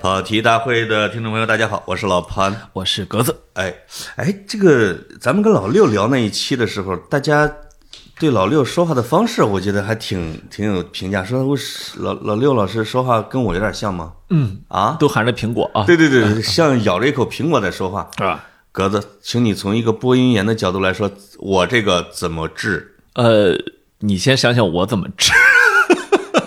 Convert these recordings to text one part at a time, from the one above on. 跑题大会的听众朋友，大家好，我是老潘。我是格子，哎哎，这个咱们跟老六聊那一期的时候，大家对老六说话的方式，我觉得还挺挺有评价，说我是老老六老师说话跟我有点像吗？嗯，啊，都含着苹果啊，对对对，像咬着一口苹果在说话。啊，格子，请你从一个播音员的角度来说，我这个怎么治？呃，你先想想我怎么吃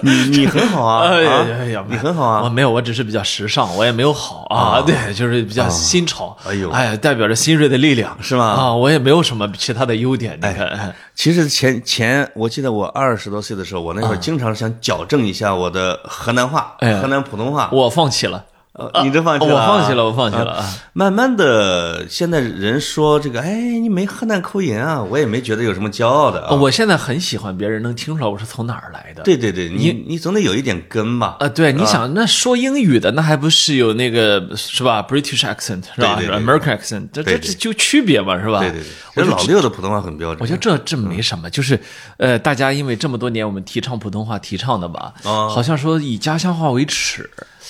你你很好 啊，哎呀啊哎呀你很好我啊。没有，我只是比较时尚，我也没有好啊， 对，就是比较新潮，哎呦哎呀，代表着新锐的力量，是吗啊，我也没有什么其他的优点，你看，哎其实前前，我记得我二十多岁的时候，我那会儿经常想矫正一下我的河南话、啊哎呀河南普通话。我放弃了，哦呃你这放弃了我啊，放弃了，我放弃了，啊慢慢的，现在人说这个，哎，你没河南口音啊，我也没觉得有什么骄傲的啊。哦我现在很喜欢别人能听出来我是从哪儿来的，对对对，你你总得有一点根吧？啊，对，你想那说英语的，那还不是有那个是吧？British accent 是吧对对对？American accent，这这对对这就区别嘛，是吧？对对对，我人就老六的普通话很标准。我觉得这这嗯没什么，就是，呃，大家因为这么多年我们提倡普通话提倡的吧，啊好像说以家乡话为耻，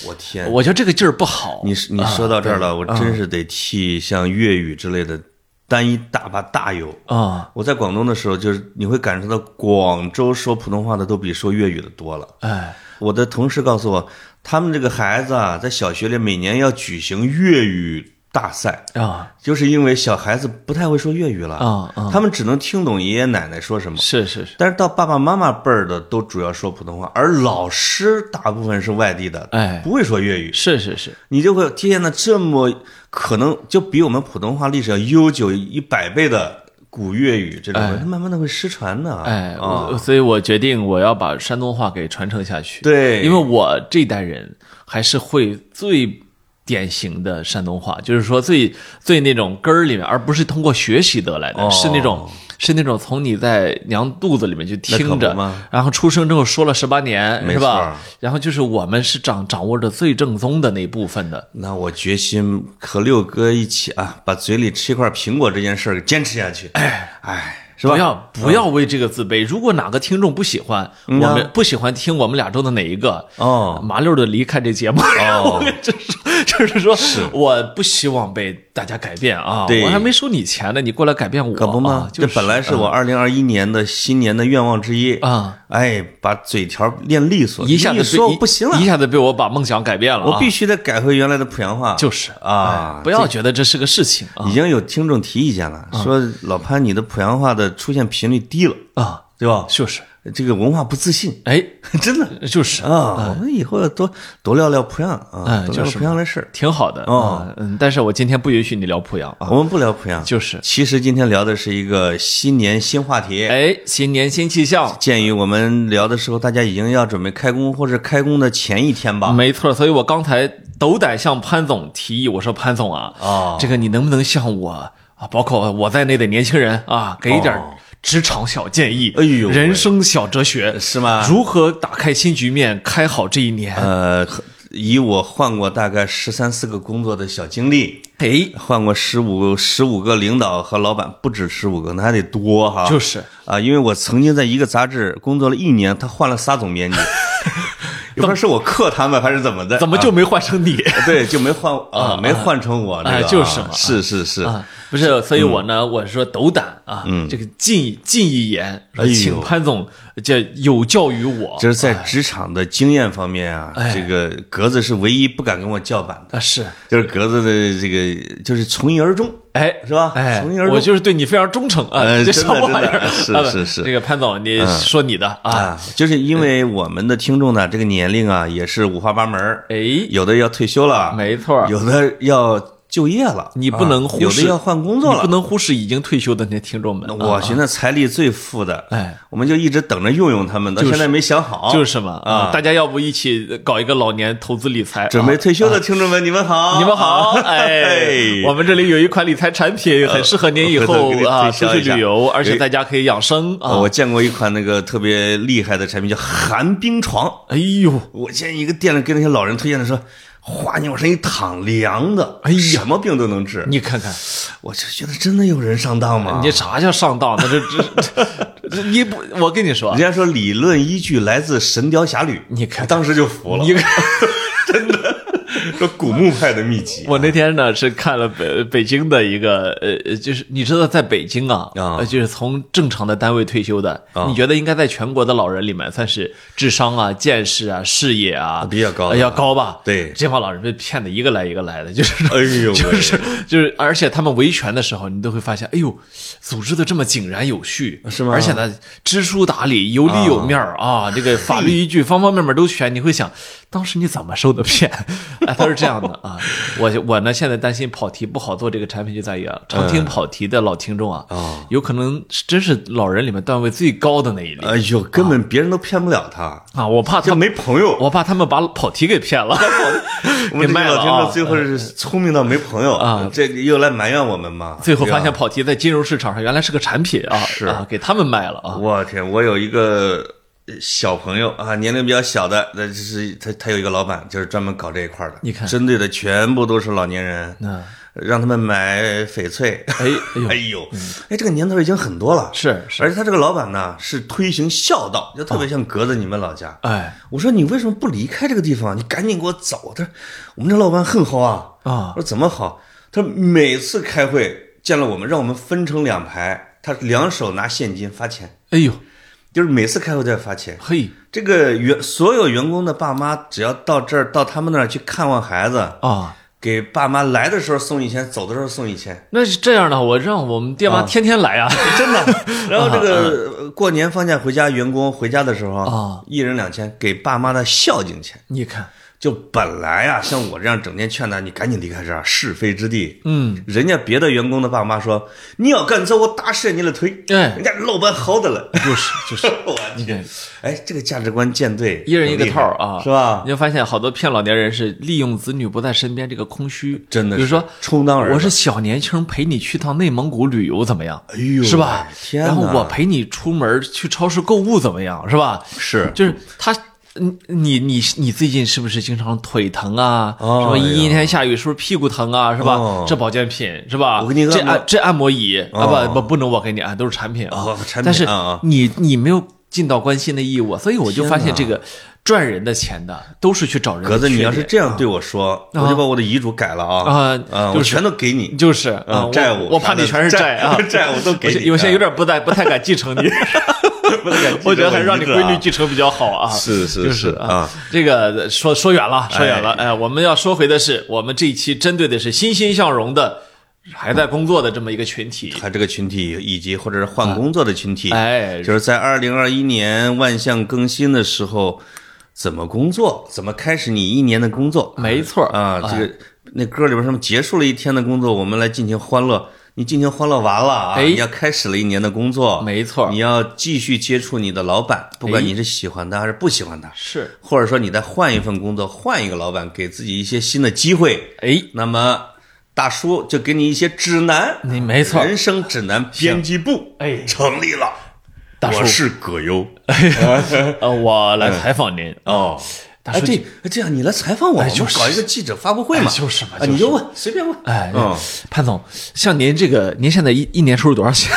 我天，我觉得啊这个劲儿不好。哎你你说到这儿了，我真是得替像粤语之类的担一大把大忧。啊，我在广东的时候，就是你会感受到广州说普通话的都比说粤语的多了。哎，我的同事告诉我，他们这个孩子啊，在小学里每年要举行粤语大赛，啊就是因为小孩子不太会说粤语了，啊啊，他们只能听懂爷爷奶奶说什么。是是是，但是到爸爸妈妈辈儿的都主要说普通话，而老师大部分是外地的，哎不会说粤语，是是是，你就会体验到这么可能就比我们普通话历史要悠久一百倍的古粤语这种，它慢慢的会失传的。哎，啊我，所以我决定我要把山东话给传承下去。对因为我这代人还是会最典型的山东话，就是说最最那种根儿里面，而不是通过学习得来的，哦是那种是那种从你在娘肚子里面就那可听不着嘛，然后出生之后说了十八年，没是吧错？然后就是我们是掌掌握着最正宗的那部分的。那我决心和六哥一起啊，把嘴里吃一块苹果这件事儿给坚持下去。哎哎，是吧？不要不要为这个自卑。如果哪个听众不喜欢我嗯啊们，不喜欢听我们俩中的哪一个，哦麻溜的离开这节目，然后就是就是说，我不希望被大家改变啊，对我还没收你钱呢，你过来改变我，可不嘛啊，就是这本来是我二零二一年的新年的愿望之一啊。哎，把嘴条练利索，呃一下子一被说不行了啊一，下子被我把梦想改变了啊，我必须得改回原来的濮阳话。就是哎啊，不要觉得这是个事情啊已经有听众提意见了，说老潘你的濮阳话的出现频率低了，啊，对吧？就是这个文化不自信， 哎，真的就是啊，我们以后要多多聊聊濮阳啊，哎多聊就是濮阳的事儿。挺好的哦啊，嗯，但是我今天不允许你聊濮阳啊，我们不聊濮阳，就是其实今天聊的是一个新年新话题。哎，新年新气象，鉴于我们聊的时候，大家已经要准备开工，或者开工的前一天吧。没错，所以我刚才斗胆向潘总提议，我说潘总啊，哦这个你能不能向我啊，包括我在内的年轻人啊，给一点哦职场小建议，哎呦喂人生小哲学是吗如何打开新局面，开好这一年？呃，以我换过大概十三四个工作的小经历，哎，换过十五十五个领导和老板，不止十五个，那还得多哈。就是啊，因为我曾经在一个杂志工作了一年，他换了仨总编辑，也 不知道是我克他们还是怎么的，怎么就啊、没换成你？对就没换啊，没换成我那个啊、哎就是嘛是是是，啊， 不是，所以我呢，我说斗胆啊，这个进进一言，嗯说哎呦请潘总这有教于我，就是在职场的经验方面啊，哎这个格子是唯一不敢跟我叫板的，啊是，就是格子的这个就是从一而终，哎，是吧哎，从一而终我就是对你非常忠诚啊，呃这真什的么玩意儿？真的啊不是是是这个潘总，你说你的啊，啊，就是因为我们的听众呢，这个年龄啊也是五花八门儿，哎，有的要退休了，没错有的要就业了，你不能忽啊视有的要换工作你不了。能忽视已经退休的那些听众们。啊我寻思财力最富的，哎，我们就一直等着用用他们，到就是现在没想好，就是嘛啊大家要不一起搞一个老年投资理财？准备啊退休的听众们，你们好，啊你们好，哎，我们这里有一款理财产品，很适合您以回头后给你啊推出销去一下旅游，而且哎在家可以养生啊。我见过一款那个特别厉害的产品，叫寒冰床。哎呦，我见一个店里给那些老人推荐的说，哗，你往上一躺，凉的，哎呀什么病都能治。你看看，我就觉得真的有人上当吗？你啥叫上当？那这这这这，你不，我跟你说啊人，家说理论依据来自《神雕侠侣》，你看 当时就服了，你看。说古墓派的秘籍，我那天呢是看了北北京的一个呃，呃就是你知道在北京啊，啊呃就是从正常的单位退休的，啊你觉得应该在全国的老人里面算是智商啊、见识啊、视野啊比较高的呃要高吧？对这帮老人被骗的一个来一个来的，就 是哎呦喂就是就是，而且他们维权的时候，你都会发现，哎呦，组织的这么井然有序，是吗而且呢，知书达理，有理有面儿啊，这个法律依据方方面面都全。你会想，当时你怎么受的骗？ 啊，他是这样的啊，我我呢现在担心跑题不好做这个产品就在于啊，常听跑题的老听众啊，嗯哦有可能是真是老人里面段位最高的那一类、哎呦，根本别人都骗不了他，啊，我怕他就们，没朋友。我怕他们把跑题给骗了， 我们给这些卖了老听啊众。最后是聪明到没朋友啊，这个又来埋怨我们嘛。最后发对现吧，跑题在金融市场上原来是个产品啊，是啊，给他们卖了啊。我天，我有一个小朋友啊，年龄比较小的，那就是他，他有一个老板，就是专门搞这一块的。你看针对的全部都是老年人，嗯，让他们买翡翠。哎哎呦哎呦，哎，这个年头已经很多了，是是啊而且他这个老板呢，是推行孝道，就特别像格子你们老家。哎我说你为什么不离开这个地方？你赶紧给我走！他说我们这老板很好啊。啊我说怎么好？他说每次开会见了我们，让我们分成两排，他两手拿现金发钱，哎呦就是每次开会都要发钱。嘿这个员所有员工的爸妈，只要到这儿到他们那儿去看望孩子，啊！给爸妈来的时候送一千，走的时候送一千。那是这样的，我让我们爹妈天天来啊。真的。然后这个呃过年放假回家，员工回家的时候啊，一人两千，给爸妈的孝敬钱。 你看，就本来啊，像我这样整天劝他，你赶紧离开这儿，是非之地。嗯，人家别的员工的爸妈说，你要敢走，我打折你的腿。哎人家老板好的了。就是就是， 我你看，哎，这个价值观舰队，一人一个套儿很厉啊，害是吧你？就发现好多骗老年人是利用子女不在身边这个空虚，真的是比如说充当儿子我是小年轻，陪你去趟内蒙古旅游怎么样？哎呦是吧？天哪然后我陪你出门去超市购物怎么样？是吧？是就是他。你你你你最近是不是经常腿疼啊？哦什么一哎阴呦天下雨是不是屁股疼啊？是吧？哦这保健品是吧？我给你个这按摩按这按摩椅、啊哦不不不能我给你按，都是产品啊。哦产品但是啊啊你你没有尽到关心的义务，所以我就天发现哪这个赚人的钱的都是去找人的缺格点。子，你要是这样对我说，我就把我的遗嘱改了啊啊啊，就我是全都给你。就是啊啊，我债务我怕啥的你全是债，啊 债务都给我你现有些啊有点不太不太敢继承你， 不能敢我觉得还是让你记得我闺一女个啊继承比较好啊。是是就是啊，这个说说远了，说远了。哎，我们要说回的是，我们这一期针对的是欣欣向荣的还在工作的这么一个群体。他这个群体，以及或者是换工作的群体，啊哎嗯就是在二零二一年万象更新的时候，怎么工作，怎么开始你一年的工作没错哎啊？儿这个那歌里边什么结束了一天的工作，我们来进行欢乐。你进行欢乐完了啊，哎你要开始了一年的工作，没错儿你要继续接触你的老板，不管哎你是喜欢他还是不喜欢他，是，或者说你再换一份工作，换一个老板，给自己一些新的机会。哎，那么大叔就给你一些指南，你没错儿人生指南编辑部哎成立了。大叔哎我是葛优呃，我来采访您啊，哦，大哎叔对，哎这样你来采访我，就是我们搞一个记者发布会嘛，哎就是嘛啊你就就是问随 便问，哎嗯，潘总，像您这个，您现在一一年收入多 少钱？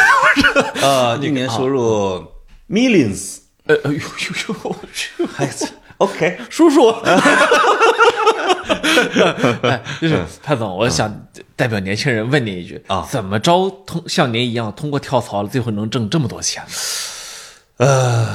呃，一年收入 millions，呃，哎呦呦呦，我去，哎操，OK，叔叔，哎，就是潘总，我想代表年轻人问您一句嗯啊怎么着通像您一样通过跳槽最后能挣这么多钱呢？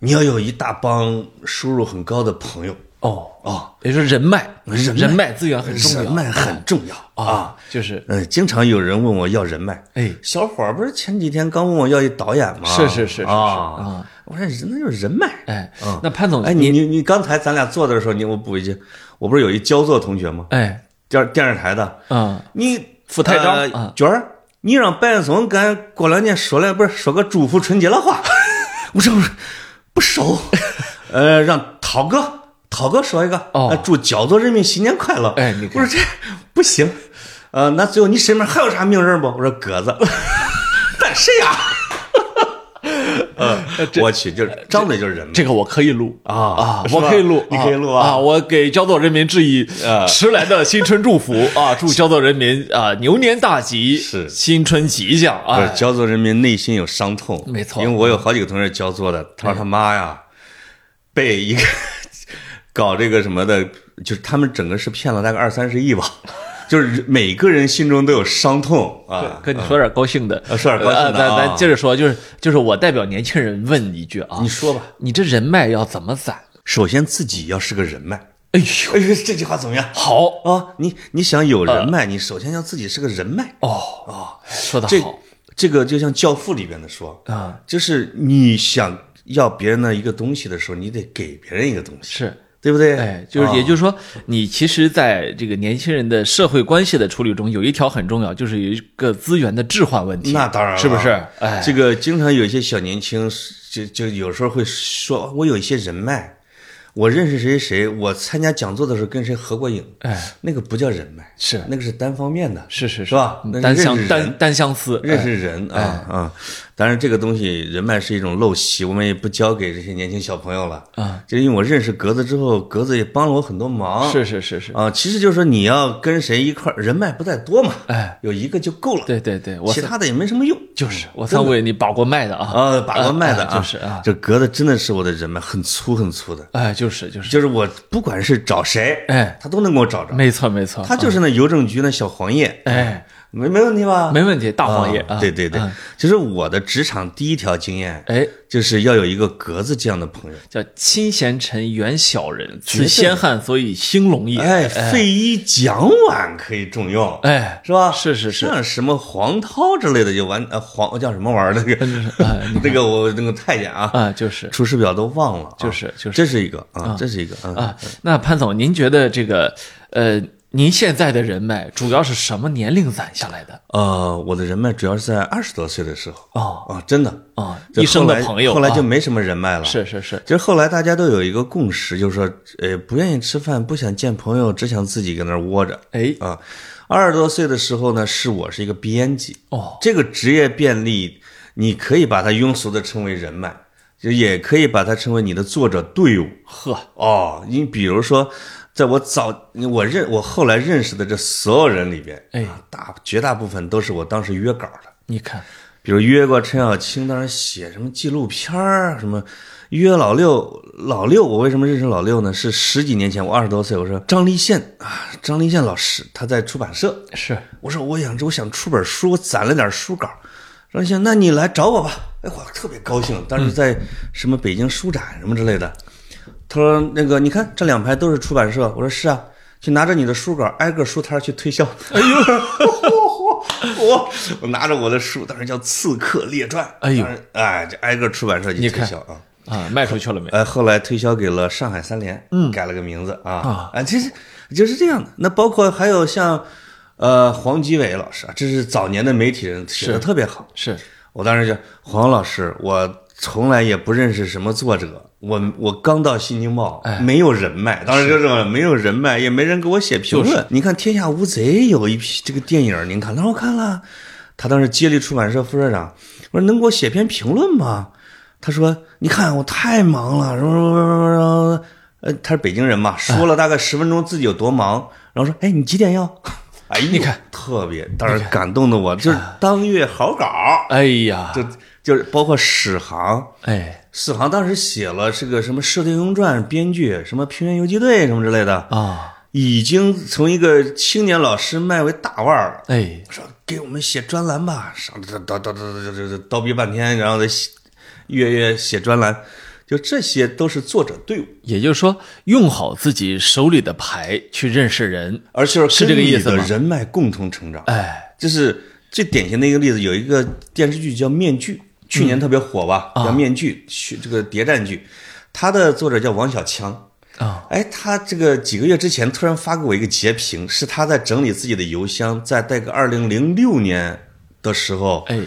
你要有一大帮收入很高的朋友哦，啊，也就是人脉，人脉人脉资源很重要，人脉很重要啊啊，，就是嗯，经常有人问我要人脉，哎小伙儿不是前几天刚问我要一导演吗？是是是是是啊啊，我说那就是人脉。哎，那潘总，哎，你你你刚才咱俩坐的时候，你我补一句，我不是有一焦作同学吗？哎，电电视台的，嗯，你傅太章呃啊娟儿，你让白岩松跟过两年说来不是说个祝福春节的 话，我说不是不熟，呃，让涛哥涛哥说一个，哦呃祝焦作人民新年快乐。哎你我看说这不行，呃，那最后你身边还有啥名人不？我说鸽 子，但谁呀、呃，我去，就是张嘴就是人嘛。这个我可以录啊啊，是我吧可以录，你可以录啊啊！我给焦作人民致以啊迟来的新春 祝福啊，祝焦作人民啊牛年大吉，是新春吉祥不是啊！焦作人民内心有伤痛，没错因为我有好几个同事 焦作的，他说他妈呀，被一个搞这个什么的就是他们整个是骗了大概二三十亿吧， 就是每个人心中都有伤痛啊。跟你说点高兴的，呃说点高兴的呃咱啊咱接着说，就是就是我代表年轻人问你一句啊，你说吧，你这人脉要怎么攒？首先自己要是个人脉，哎呦，哎呦，这句话怎么样？好啊，你你想有人嗯脉，你首先要自己是个人脉。哦哦，说的这好这个就像《教父》里边的说，啊，就是你想要别人的一个东西的时候，你得给别人一个东西，是。对不对？哎，就是啊也就是说，你其实在这个年轻人的社会关系的处理中，有一条很重要，就是有一个资源的置换问题。那当然了是不是？哎，这个经常有一些小年轻，就就有时候会说，我有一些人脉，我认识谁谁，我参加讲座的时候跟谁合过影，哎，那个不叫人脉，是那个是单方面的，是是是吧嗯那单认相识单人单相思，认识人哎啊啊！当然，这个东西人脉是一种陋习，我们也不教给这些年轻小朋友了啊。就因为我认识格子之后，格子也帮了我很多忙。哎是是是是，啊，其实就是说你要跟谁一块儿，人脉不在多嘛，哎，有一个就够了，对对对，我其他的也没什么用。就是我三位你把过脉的啊，啊，把过脉的哎啊，就是啊，这格子真的是我的人脉，很粗很粗的，哎，就是就是，就是我不管是找谁，哎，他都能给我找着。没错没错，他就是那邮政局那小黄页，哎，没没问题吧？没问题，大黄爷啊啊，对对对嗯，其实我的职场第一条经验，哎，就是要有一个格子这样的朋友。叫亲贤臣远小人，绝此对先汉所以兴隆也。哎，费医蒋琬可以重用，哎，是吧？是是是像什么黄涛之类的就完，呃，黄叫什么玩意儿？那嗯个哎那个我那个太监啊，啊，就是出师表都忘了啊，就是就是这是一个啊，这是一个啊。啊。那潘总，您觉得这个呃，您现在的人脉主要是什么年龄攒下来的？呃，我的人脉主要是在二十多岁的时候哦啊，真的啊，就一生的后来朋友，后来就啊没什么人脉了。是是是，其实后来大家都有一个共识，就是说，呃，不愿意吃饭，不想见朋友，只想自己搁那儿窝着哎啊。二十多岁的时候呢，是我是一个编辑，哦，这个职业便利，你可以把它庸俗的称为人脉，就也可以把它称为你的作者队伍呵，哦。你比如说，在我早我认我后来认识的这所有人里边，哎啊，大绝大部分都是我当时约稿的。你看，比如约过陈小青，当时写什么纪录片儿，什么约老六，老六，我为什么认识老六呢？是十几年前，我二十多岁，我说张立宪啊，张立宪老师他在出版社，是我说我想我想出本书，我攒了点书稿，张立宪，那你来找我吧，哎，我特别高兴，当嗯时在什么北京书展什么之类的，他说那个你看这两排都是出版社，我说是啊。就拿着你的书稿，挨个书摊儿去推销。 哎呦，我我拿着我的书，当时叫《刺客列传》。哎呦当时，哎，这挨个出版社去推销啊。啊，卖出去了没？哎，后来推销给了上海三联，嗯，改了个名字啊啊，其实就是这样的。那包括还有像，呃，黄基伟老师啊，这是早年的媒体人，写的特别好。是我当时就黄老师，我从来也不认识什么作者，我我刚到新京报，没有人脉，当时就这么没有人脉，也没人给我写评论。你看《天下无贼》有一批这个电影，您看，他说我看了，他当时接力出版社副社长，我说能给我写篇评论吗？他说你看我太忙了，什么什么什么什么，呃，他是北京人嘛，说了大概十分钟自己有多忙，然后说，哎，你几点要？ 哎呦，你看，哎特别，当时感动的我，就是当月好稿。哎呀，就就是包括史航，哎史航当时写了这个什么《射雕英雄传》编剧，什么《平原游击队》什么之类的，啊，已经从一个青年老师迈为大腕儿了。哎说给我们写专栏吧，上叨叨叨叨叨叨叨叨逼半天，然后再写月月写专栏，就这些都是作者队伍，也就是说，用好自己手里的牌去认识人，而且是这个意思跟吗你的人脉共同成长，哎，就是最典型的一个例子，有一个电视剧叫《面具》，去嗯年特别火吧，啊叫《面具》，去这个谍战剧，它的作者叫王小强。啊，哎，他这个几个月之前突然发给我一个截屏，是他在整理自己的邮箱，在那个二零零六年的时候，哎，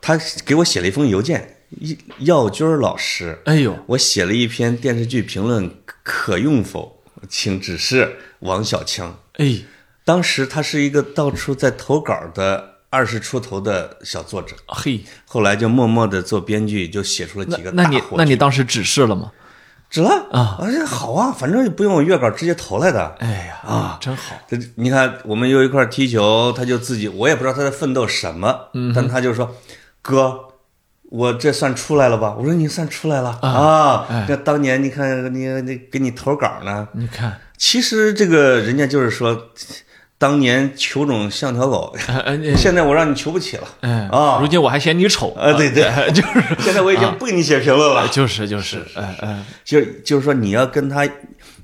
他给我写了一封邮件，一耀军儿老师，哎呦，我写了一篇电视剧评论，可用否？请指示王小强。哎，当时他是一个到处在投稿的二十出头的小作者，嘿，后来就默默的做编剧，就写出了几个那大你火那。你当时指示了吗？指了啊，哎呀，好啊，反正也不用我月稿，直接投来的。哎呀啊，真好，这你看，我们又一块嗯儿踢球，他就自己，我也不知道他在奋斗什么，但他就说：“哥，我这算出来了吧？我说你算出来了啊！哎那当年你看你你给你投稿呢，你看，其实这个人家就是说，当年球种像条狗，嗯现在我让你求不起了，哎啊呃如今我还嫌你丑啊对对哎 就是 啊现在我已经不给你写评论了，就是就是，哎哎就就是说你要跟他，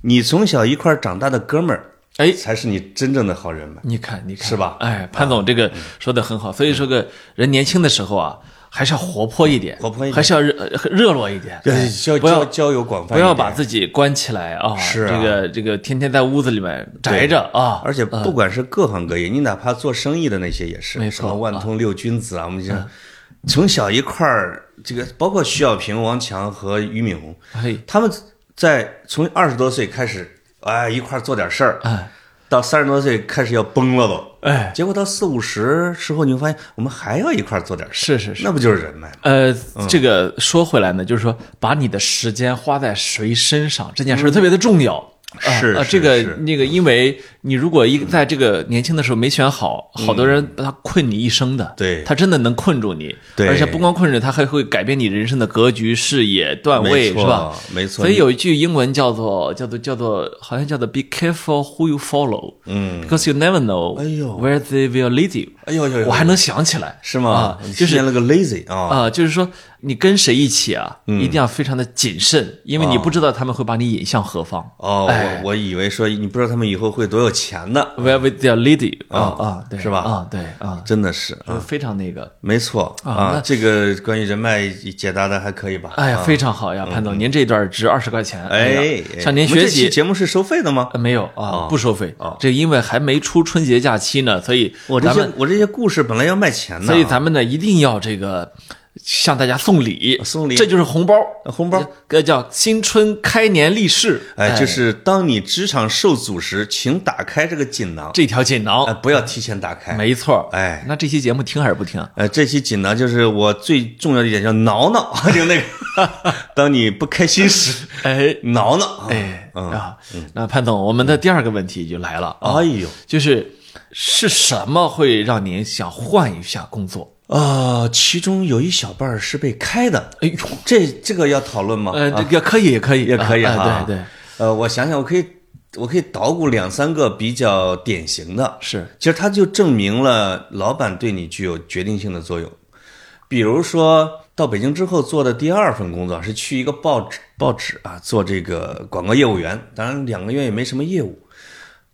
你从小一块儿长大的哥们儿，哎，才是你真正的好人们。你看你看是吧啊嗯哎，潘总这个说的很好，所以说个人年轻的时候啊，还是要活泼一点，活泼一点还是要热呃热络一点，对，交不要交交友广泛不一点，要把自己关起来啊！是啊这个这个天天在屋子里面宅着啊，而且不管是各行各业，你哪怕做生意的那些也是，没错什么万通六君子啊，我们讲从小一块儿，这个包括徐小平、王强和俞敏洪，嘿，他们在从二十多岁开始，哎，一块儿做点事儿，哎到三十多岁开始要崩了都，哎，结果到四五十之后，你会发现我们还要一块儿做点事，是是是。那不就是人脉吗？呃，这个说回来呢，就是说把你的时间花在谁身上这件事儿特别的重要。啊嗯是啊，是这个是嗯那个，因为你如果一在这个年轻的时候没选好，好多人他困你一生的，对他真的能困住你，对而且不光困住，他还会改变你人生的格局、视野、段位，没呃是吧错？，没错。所以有一句英文叫做叫做叫做，好像叫做 “Be careful who you follow”，嗯，because you never know 哎呦 where they will lead you。哎呦呦呦我还能想起来，是吗啊？你就是念了个 lazy 啊，啊、就是说你跟谁一起啊，嗯一定要非常的谨慎，因为你不知道他们会把你引向何方。哦，哎嗯我我以为说你不知道他们以后会多有钱呢， Where will they lead you？啊啊啊，对，是吧啊，对啊，真的是就是非常那个。没错啊那，这个关于人脉解答的还可以吧？哎呀，非常好呀，潘总，您这段值二十块钱。嗯哎呀，向您我们学这期习。节目是收费的吗呃？没有哦啊，不收费。这因为还没出春节假期呢，所以我这咱些嗯们我这些故事本来要卖钱的，所以咱们呢一定要这个向大家送礼，送礼这就是红包，呃红包，这叫新春开年立誓。哎，就是当你职场受阻时，请打开这个锦囊，这条锦哎，囊，不要提前打开。没错。哎那这期节目听还是不听？呃，这期锦囊就是我最重要的一点，叫挠挠， 就那个，当你不开心时，哎挠挠。哎嗯啊，那潘总，我们的第二个问题就来了啊，哎呦就是是什么会让您想换一下工作？啊，其中有一小半儿是被开的，哎呦，这这个要讨论吗？呃，这也可以，也可以，啊也可以啊哈。哎对对，呃，我想想，我可以，我可以捣鼓两三个比较典型的。是，其实它就证明了老板对你具有决定性的作用。比如说到北京之后做的第二份工作是去一个报纸报纸啊做这个广告业务员，当然两个月也没什么业务，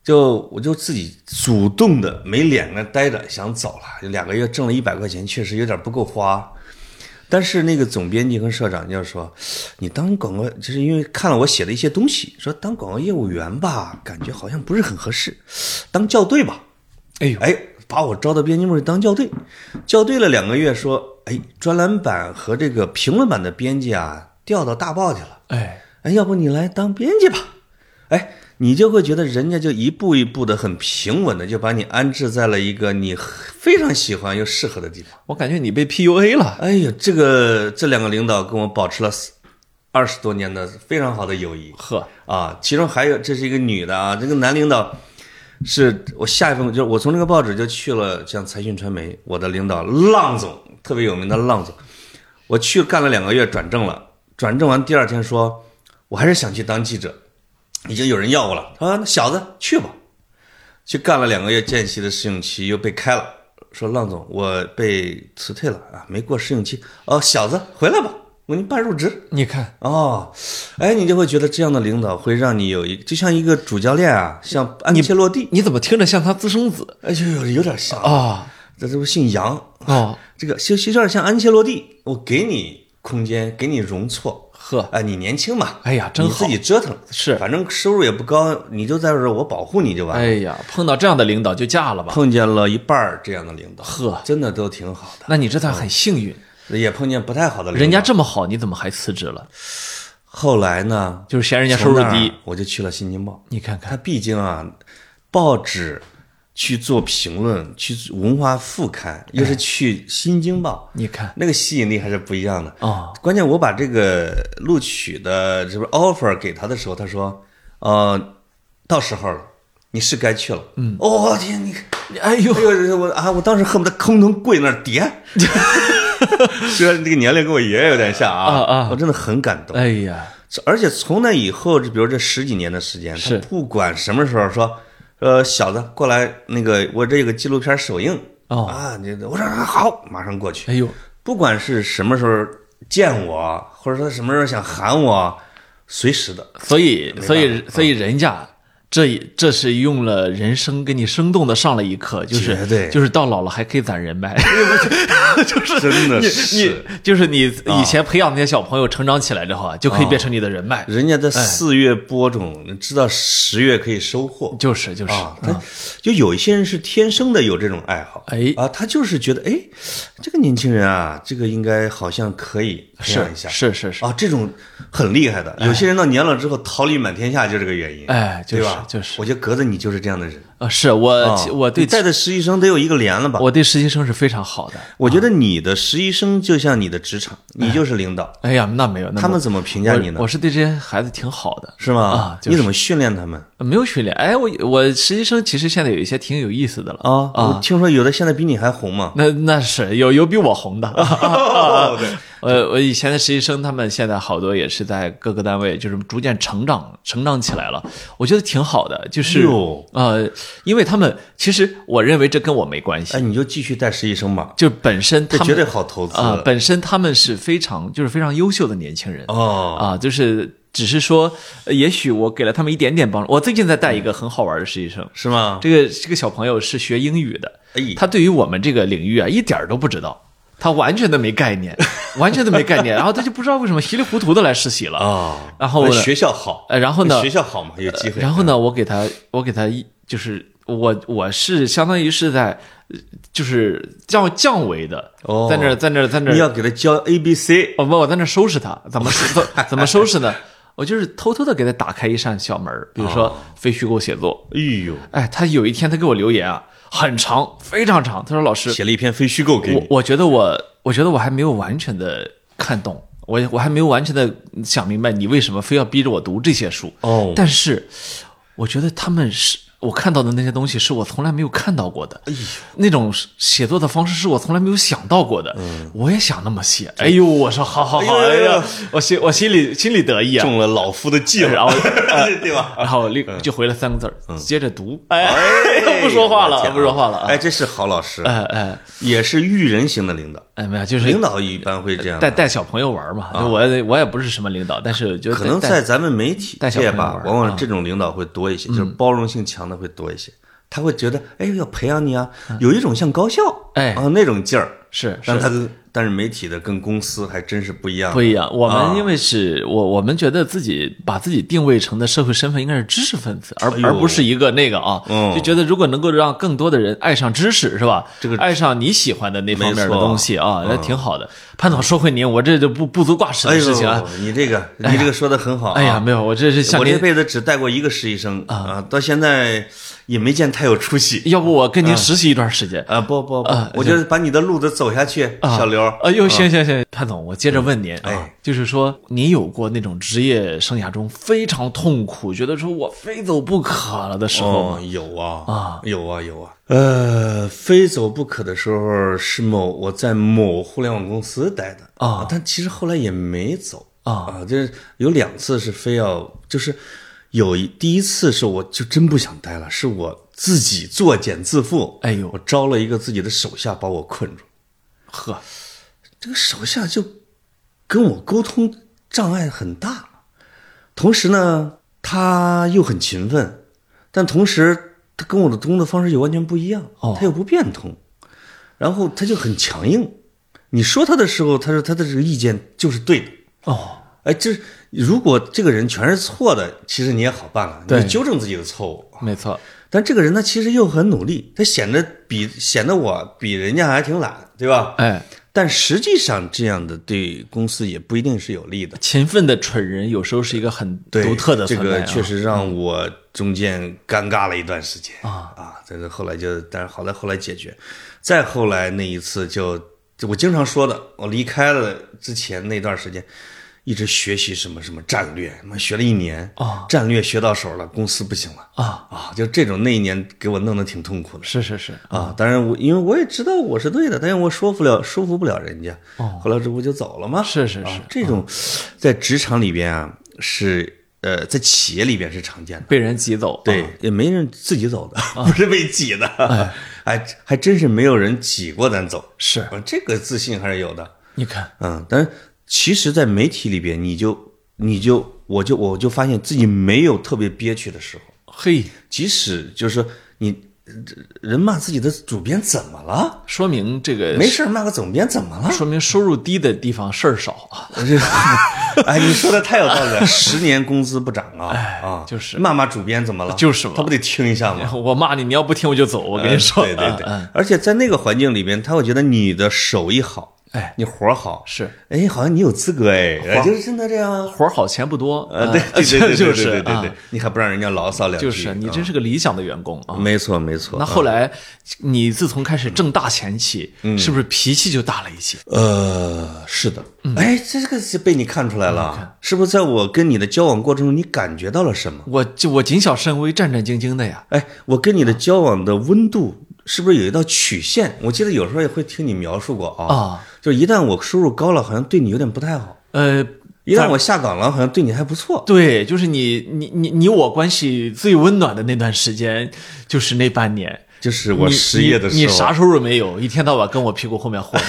就我就自己主动的没脸那待着，想走了。有两个月挣了一百块钱，确实有点不够花。但是那个总编辑跟社长就说：“你当广告，就是因为看了我写的一些东西，说当广告业务员吧，感觉好像不是很合适，当校对吧。”哎呦，哎，把我招到编辑部去当校对，校对了两个月，说，哎，专栏版和这个评论版的编辑啊，调到大报去了，哎，哎，要不你来当编辑吧？哎，你就会觉得人家就一步一步的很平稳的就把你安置在了一个你非常喜欢又适合的地方。我感觉你被 PUA 了。哎呀，这个这两个领导跟我保持了二十多年的非常好的友谊。呵，啊，其中还有这是一个女的啊，这个男领导是我下一份，就是我从这个报纸就去了像财讯传媒，我的领导浪总特别有名的浪总，我去干了两个月，转正了，转正完第二天说，我还是想去当记者，已经有人要我了，他说那小子去吧，去干了两个月见习的试用期又被开了。说浪总，我被辞退了啊，没过试用期。哦，小子，回来吧，我给你办入职。你看，哦，哎，你就会觉得这样的领导会让你有一，就像一个主教练啊，像安切洛蒂，你怎么听着像他私生子哎，就有有点像，啊？这这不姓杨，哦，这个就就有点像安切洛蒂，我给你空间，给你容错，呵，哎，你年轻嘛，哎呀，真你好自。己折腾是反正收入也不高，你就在这儿我保护你就完了。哎呀，碰到这样的领导就嫁了吧？碰见了一半儿这样的领导，呵，真的都挺好那你这算很幸运，的，也碰见不太好的领导。人家这么好，你怎么还辞职了？后来呢，就是嫌人家收入从那儿低。，我就去了新京报。你看看，它毕竟啊，报纸去做评论，去文化副刊，又是去《新京报》哎你看那个吸引力还是不一样的。啊，关键我把这个录取的这不是 offer 给他的时候，他说：“呃，到时候了，你是该去了。”嗯，哦天，你看，哎呦哎，呦，我啊，我当时恨不得空中跪那儿叠， 虽然这个年龄跟我爷爷有点像啊啊啊我真的很感动。哎呀，而且从那以后，就比如这十几年的时间，是他不管什么时候说，呃，小子过来，那个我这个纪录片首映、哦啊，你我说啊好，马上过去。哎呦，不管是什么时候见我，或者说什么时候想喊我，随时 的。所以所嗯以所以人家。这这是用了人生给你生动的上了一课，就是绝对就是到老了还可以攒 人脉，就是真的你是你就是你啊以前培养那些小朋友成长起来之后啊，就可以变成你的人脉，人家在四月播种，你知道十月可以收获。就是就是，啊，他就有一些人是天生的有这种爱好，哎啊，他就是觉得，哎，这个年轻人啊，这个应该好像可以培是养一下，是是是，啊，这种很厉害的。有些人到年老之后桃李满天下，就这个原因，哎就是对吧？就是我觉得格子你就是这样的人啊，是我啊其我对你带的实习生得有一个连了吧？我对实习生是非常好的。我觉得你的实习生就像你的职场，你就是领导，哎呀，那没有，那他们么怎么评价你呢我？我是对这些孩子挺好的，是吗？啊就你是怎么训练他们没有训练。哎，我我实习生其实现在有一些挺有意思的了啊？我听说有的现在比你还红嘛？那那是有有比我 红的，哦对呃，我以前的实习生，他们现在好多也是在各个单位，就是逐渐成长成长起来了，我觉得挺好的。就是哟呃，因为他们其实我认为这跟我没关系，哎，你就继续带实习生吧，就本身这他绝对们好投资啊、本身他们是非常就是非常优秀的年轻人哦。啊，就是只是说，呃也许我给了他们一点点帮助。我最近在带一个很好玩的实习生，是吗？这个这个小朋友是学英语的，哎，他对于我们这个领域啊一点儿都不知道，他完全都没概念， 完全都没概念，然后他就不知道为什么稀里糊涂的来实习了。啊，然后呢学校好，呃然后呢学校好嘛，有机会。嗯然后呢，我给他，我给他一就是我我是相当于是在呃就是降降维的，哦在那儿在那儿在那你儿，哦要给他教 A B C，我我在那儿收拾他，怎么收怎么收拾呢？ 我就是偷偷的给他打开一扇小门儿比如哦说非虚构写作。哎呦，哎，他有一天他给我留言啊，很长，非常长。他说：“老师，写了一篇非虚构给我你，我觉得我，我觉得我还没有完全的看懂，我我还没有完全的想明白你为什么非要逼着我读这些书。哦但是我觉得他们是我看到的那些东西，是我从来没有看到过的。哎呦，那种写作的方式是我从来没有想到过的。我也想那么写。哎呦，我说好好好，嗯哎哎呦呀，我心我心里心里得意啊。中了老夫的计然了， 后，对吧？然后立就回了三个字儿，接着读。哎，嗯哎 不说话了我天啊不说话了啊哎，这是好老师，哎哎也是育人型的领导，哎，没有，就是领导一般会这样。带带小朋友玩嘛，我我也不是什么领导，但是就可能在咱们媒体带小界朋友吧玩，啊嗯往往这种领导会多一些，就是包容性强的会多一些。他会觉得，哎，要培养你啊，有一种像高校，嗯哎啊那种劲儿。是是但他跟但是媒体的跟公司还真是不一样的，不一样。我啊们因为是我我们觉得自己把自己定位成的社会身份应该是知识分子，而哎呦而不是一个那个啊嗯，就觉得如果能够让更多的人爱上知识是吧？这个爱上你喜欢的那方面的没错嗯东西啊，那挺好的。潘总说回您，我这就不不足挂齿哎的呦事情啊。，你这个你这个说的很好、啊哎呀，没有，我这是向我这您。辈子只带过一个实习生啊，到现在也没见太有出息要不我跟您实习一段时间，啊！不不不啊，我就是把你的路子走下去，啊嗯小刘。哎呦，行行行，潘总，我接着问您啊哎，就是说您有过那种职业生涯中非常痛苦，觉得说我非走不可了的时哦候吗？，有啊啊，有啊，有啊。呃，非走不可的时候是某我在某互联网公司待的啊但其实后来也没走啊啊，就是有两次是非要，就是有一第一次是我就真不想待了，是我自己作茧自缚。哎呦我招了一个自己的手下把我困住，呵，这个手下就跟我沟通障碍很大，同时呢，他又很勤奋，但同时他跟我的工作方式又完全不一样，哦他又不变通，然后他就很强硬。你说他的时候，他说他的这个意见就是对的。哦，哎，这如果这个人全是错的，其实你也好办了，对你纠正自己的错误。没错，但这个人呢，其实又很努力，他显得比显得我比人家还挺懒，对吧？哎，但实际上，这样的对公司也不一定是有利的。勤奋的蠢人有时候是一个很对独特的这存在个啊确实让我中间尴尬了一段时间啊嗯啊！但是后来就，但是好在后来解决。再后来那一次就，就我经常说的，我离开了之前那段时间，一直学习什么什么战略，他妈学了一年啊战略学到手了，公司不行了啊啊！就这种那一年给我弄得挺痛苦的是是是，啊。当然我因为我也知道我是对的，但是我说服了说服不了人家，后来这不就走了吗？哦是是啊是哦这种在职场里边啊是呃在企业里边是常见的。被人挤走，啊对，也没人自己走的，哦 不是被挤的，哎 还还真是没有人挤过咱走，是，啊这个自信还是有的。你看，嗯，但是其实，在媒体里边，你就你就我就我就发现自己没有特别憋屈的时候，嘿，即使就是说你人骂自己的主编怎么了？说明这个没事儿骂个总编怎么了？说明收入低的地方事儿少啊， 哎，你说的太有道 理了，十年工资不涨啊啊！哎就是骂骂主编怎么了？就是嘛他不得听一下吗？ 我骂你，你要不听我就走，我跟你嗯说，对对对啊，而且在那个环境里边，他会觉得你的手艺好，哎，你活儿好，是哎，好像你有资格哎，哎就是真的这样啊，活儿好钱不多，呃， 啊对对对对对 就对是对对啊对，你还不让人家牢骚两句，就是你真是个理想的员工啊。没错没错。那后来，你自从开始挣大钱起，嗯是不是脾气就大了一些？呃，是的，嗯哎，这个是被你看出来了，是不是？在我跟你的交往过程中，你感觉到了什么？我就我谨小慎微、战战兢兢的呀。哎，我跟你的交往的温度是不是有一道曲线？我记得有时候也会听你描述过啊，啊，就一旦我收入高了，好像对你有点不太好。呃，一旦我下岗了，好像对你还不错。对，就是你你你你我关系最温暖的那段时间，就是那半年。就是我你失业的时候，你，你啥收入没有？一天到晚跟我屁股后面混，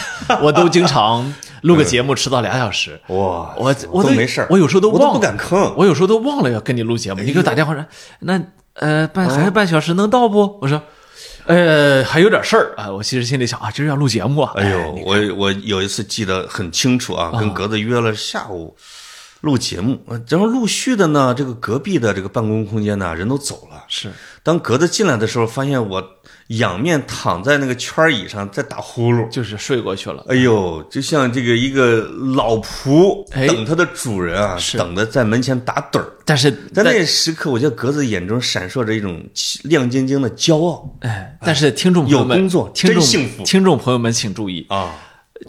我都经常录嗯个节目迟到俩小时。哇，我我哎都没事儿，我有时候我忘了，不敢吭。哎我有时候都忘了要跟你录节目。你给我打电话说，那呃半哦还有半小时能到不？我说，呃还有点事儿啊。我其实心里想啊，今儿要录节目啊。哎呦，我我有一次记得很清楚啊，跟格子约了下午录节目，呃然后陆续的呢，这个隔壁的这个办公空间呢，人都走了。是当格子进来的时候，发现我仰面躺在那个圈儿椅上在打呼噜。就是睡过去了。哎呦，就像这个一个老仆哎等他的主人啊，等的在门前打盹儿。但是在那时刻，我觉得格子眼中闪烁着一种亮晶晶的骄傲哎，但是听众朋友们，有工作听众真幸福听众朋友们请注意，啊！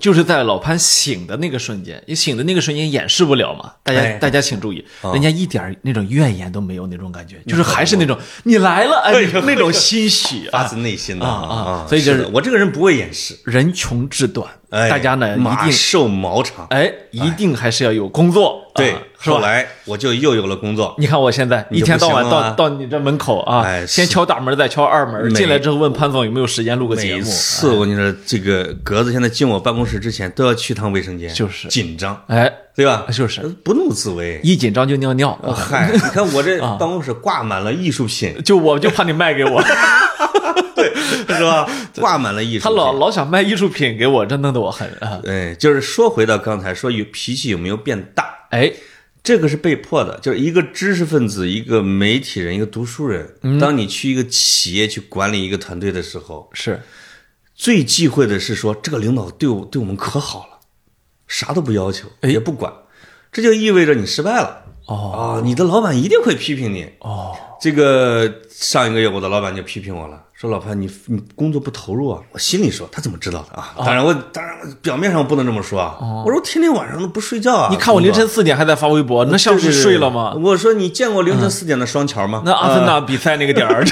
就是在老潘醒的那个瞬间，你醒的那个瞬间掩饰不了嘛，大家、哎大家请注意，人家一点儿那种怨言都没有那种感觉，就是还是那种你来了哎那种欣喜发啊。自内心的啊啊啊！所以就是的我这个人不会掩饰，人穷志短，哎，大家呢一马定瘦毛长。哎一定还是要有工作，对啊，是后吧？来我就又有了工作，你看我现在你一就天到晚不行了到啊到你这门口啊，哎先是敲大门再敲二门，每进来之后问潘总有没有时间录个节每目，哎次我跟你说，这个格子现在进我办公室之前都要去趟卫生间，就是紧张，哎，对吧？就是不怒自威。一啊紧张就尿尿， 啊嗨，你看我这办公室挂满了艺术品，就我就怕你卖 给我，是吧？挂满了艺术他品。老老想卖艺术品给我，这弄得我很啊，哎，就是说回到刚才说有脾气有没有变大，哎，这个是被迫的，就是一个知识分子、一个媒体人、一个读书人。嗯当你去一个企业去管理一个团队的时候，是最忌讳的是说这个领导对我对我们可好了，啥都不要求，哎也不管，这就意味着你失败了。哦啊，你的老板一定会批评你。哦，这个上一个月我的老板就批评我了，说老潘你你工作不投入啊。我心里说他怎么知道的哦啊？当然我当然我表面上不能这么说啊。我说我天天晚上都不睡觉啊。你看我工作凌晨四点还在发微博，那像是睡了吗？嗯我说你见过凌晨四点的双桥吗？嗯那阿森纳比赛那个点 儿，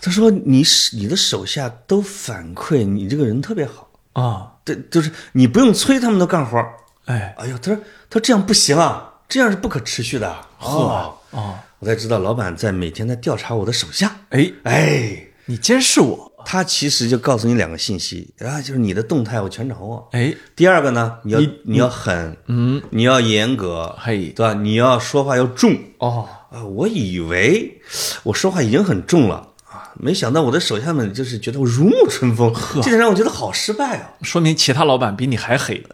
他说你是你的手下都反馈你这个人特别好，啊，对，就是你不用催他们都干活儿。 哎，哎呦，他说他说这样不行啊，这样是不可持续的啊。哦，哦，我才知道老板在每天在调查我的手下。哎，哎，你监视我，他其实就告诉你两个信息啊，就是你的动态我全掌握。哎，第二个呢，你要你要狠，嗯，你要严格，嘿对吧？你要说话要重，哦，啊，我以为我说话已经很重了啊，没想到我的手下们就是觉得我如沐春风，这点让我觉得好失败 啊。说明其他老板比你还 黑，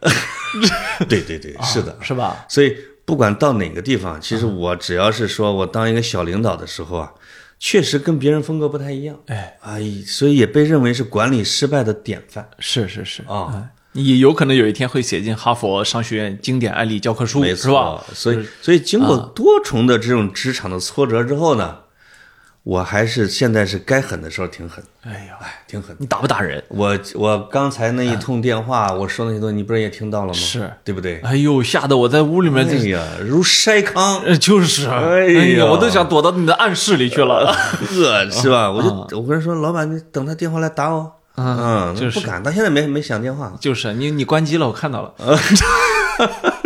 对对对，是的，是吧？啊所以不管到哪个地方，其实我只要是说我当一个小领导的时候啊，确实跟别人风格不太一样，哎，哎，所以也被认为是管理失败的典范是是是，啊。你有可能有一天会写进哈佛商学院经典案例教科书，没是吧错？，所以所以经过多重的这种职场的挫折之后呢，我还是现在是该狠的时候挺狠，哎呀，哎，挺狠。你打不打人？我我刚才那一通电话，我说那些东西，你不是也听到了吗？是对不对？哎呦，吓得我在屋里哎面就是呀，如筛 糠，呃，就是，哎哎呀我都想躲到你的暗室里去了。 饿是嗯吧？我就我跟他说，老板，你等他电话来打我。嗯，就是不敢，到现在没没响电话，就是啊你，你关机了，我看到了。嗯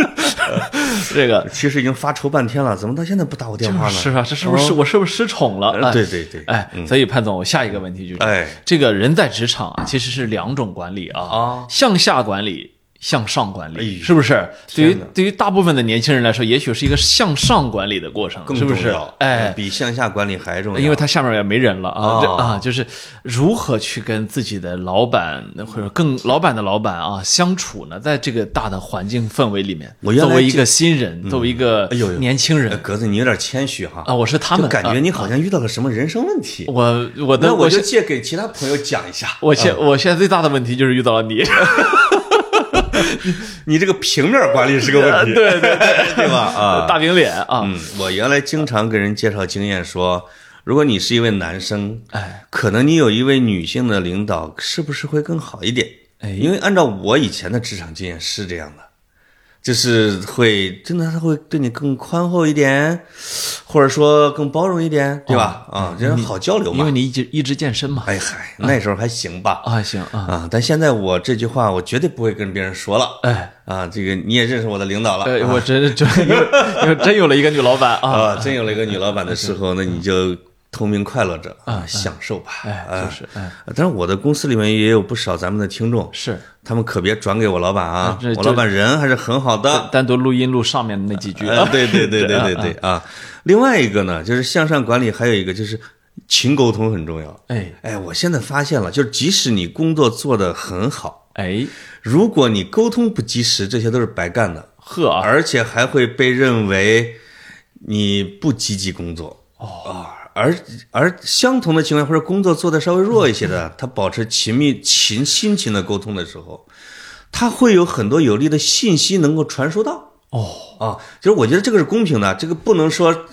这个其实已经发愁半天了，怎么到现在不打我电话呢？是啊，这是不是我是不是失宠了？哎哦呃对对对哎，所以潘总，我下一个问题就是，哎，这个人在职场啊，其实是两种管理啊啊，向下管理。向上管理哎是不是？对于天哪对于大部分的年轻人来说，也许是一个向上管理的过程，更是不重是要，？嗯啊哎，比向下管理还重要，因为他下面也没人了啊、哦这啊，就是如何去跟自己的老板或者更老板的老板啊相处呢？在这个大的环境氛围里面，我原来作为一这个新人，作为一个哎呦呦年轻人哎格子，你有点谦虚哈，啊，我是他们就感觉啊你好像遇到了什么人生问题。我我的那我我就啊现借给其他朋友讲一下，我现我现在最大的问题就是遇到了你，啊你这个平面管理是个问 题，对对 对，对吧？啊， 大饼脸啊，嗯，我原来经常跟人介绍经验说，如果你是一位男生，哎，可能你有一位女性的领导，是不是会更好一点？哎因为按照我以前的职场经验是这样的，就是会真的他会对你更宽厚一点，或者说更包容一点，对吧？啊，这样好交流因为嘛。哦你一直一直健身嘛，哎嗨，那时候还行吧。啊行啊，啊，但现在我这句话我绝对不会跟别人说了。哎，啊，这个你也认识我的领导了。呃，我真真因为因为真有了一个女老板啊，嗯啊，真有了一个女老板的时候，那你就同名快乐着啊，享受吧。哎，啊就是哎但是我的公司里面也有不少咱们的听众，是。他们可别转给我老板啊这，我这老板人还是很好的。单独录音录上面那几句，呃，对对对对对啊对啊。另外一个呢，就是向上管理，还有一个就是勤沟通很重要。哎哎，我现在发现了，就是即使你工作做得很好，哎，如果你沟通不及时，这些都是白干的，呵啊，而且还会被认为你不积极工作哦。而而相同的情况，或者工作做得稍微弱一些嗯的，他保持勤密、勤辛勤的沟通的时候，他会有很多有利的信息能够传输到。哦，啊，就是我觉得这个是公平的，这个不能说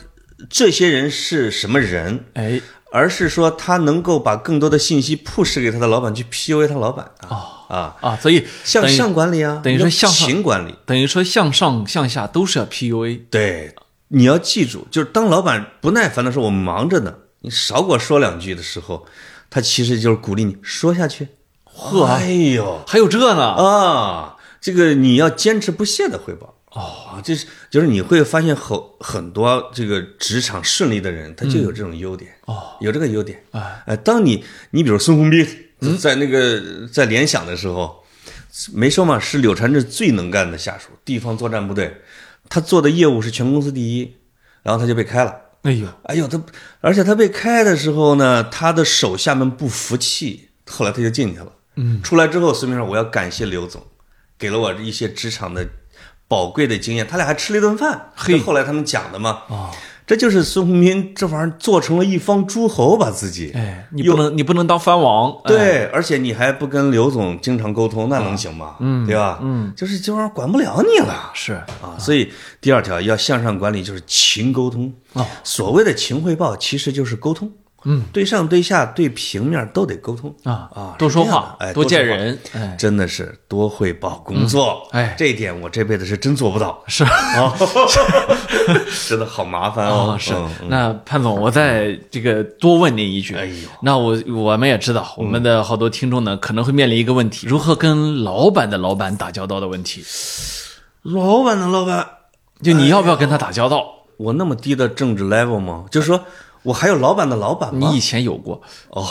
这些人是什么人，哎而是说他能够把更多的信息 push 给他的老板去 PUA 他老板啊啊，啊，所以向等于上管理啊，等于说向上勤管理，等于说向上向下都是要 PUA，对，你要记住，就是当老板不耐烦的时候，我忙着呢，你少给我说两句的时候，他其实就是鼓励你说下去。呵哎呦还有这呢，啊，这个你要坚持不懈的汇报。哦，这是就是你会发现很很多这个职场顺利的人，他就有这种优点、哦，有这个优点哎哎，嗯当你你比如孙宏斌在那个、在联想的时候，没说嘛，是柳传志最能干的下属，地方作战部队，他做的业务是全公司第一，然后他就被开了。哎呦，哎呦，他而且他被开的时候呢，他的手下们不服气，后来他就进去了。嗯，出来之后，孙明说我要感谢刘总，给了我一些职场的宝贵的经验。他俩还吃了一顿饭，嘿这后来他们讲的嘛。哦，这就是孙宏斌这玩意儿做成了一方诸侯吧自己。哎，你不能你不能当藩王，哎，对，而且你还不跟刘总经常沟通，那能行吗？嗯，对吧？嗯，就是这玩意儿管不了你了。是啊，所以第二条要向上管理就是勤沟通。哦所谓的勤汇报其实就是沟通。嗯，对上对下对平面都得沟通啊啊，多是说这样话的哎，，多说见话。人，哎，真的是多汇报工作，嗯哎，这一点我这辈子是真做不到是啊， 真的好麻烦哦啊，，是嗯。那潘总，我再这个多问您一句。哎呦那我我们也知道，我们的好多听众呢，可能会面临一个问题：如何跟老板的老板打交道的问题。老板的老板，就你要不要跟他打交道？我那么低的政治 level 吗？就是说我还有老板的老板吗？你以前有过，啊 哦，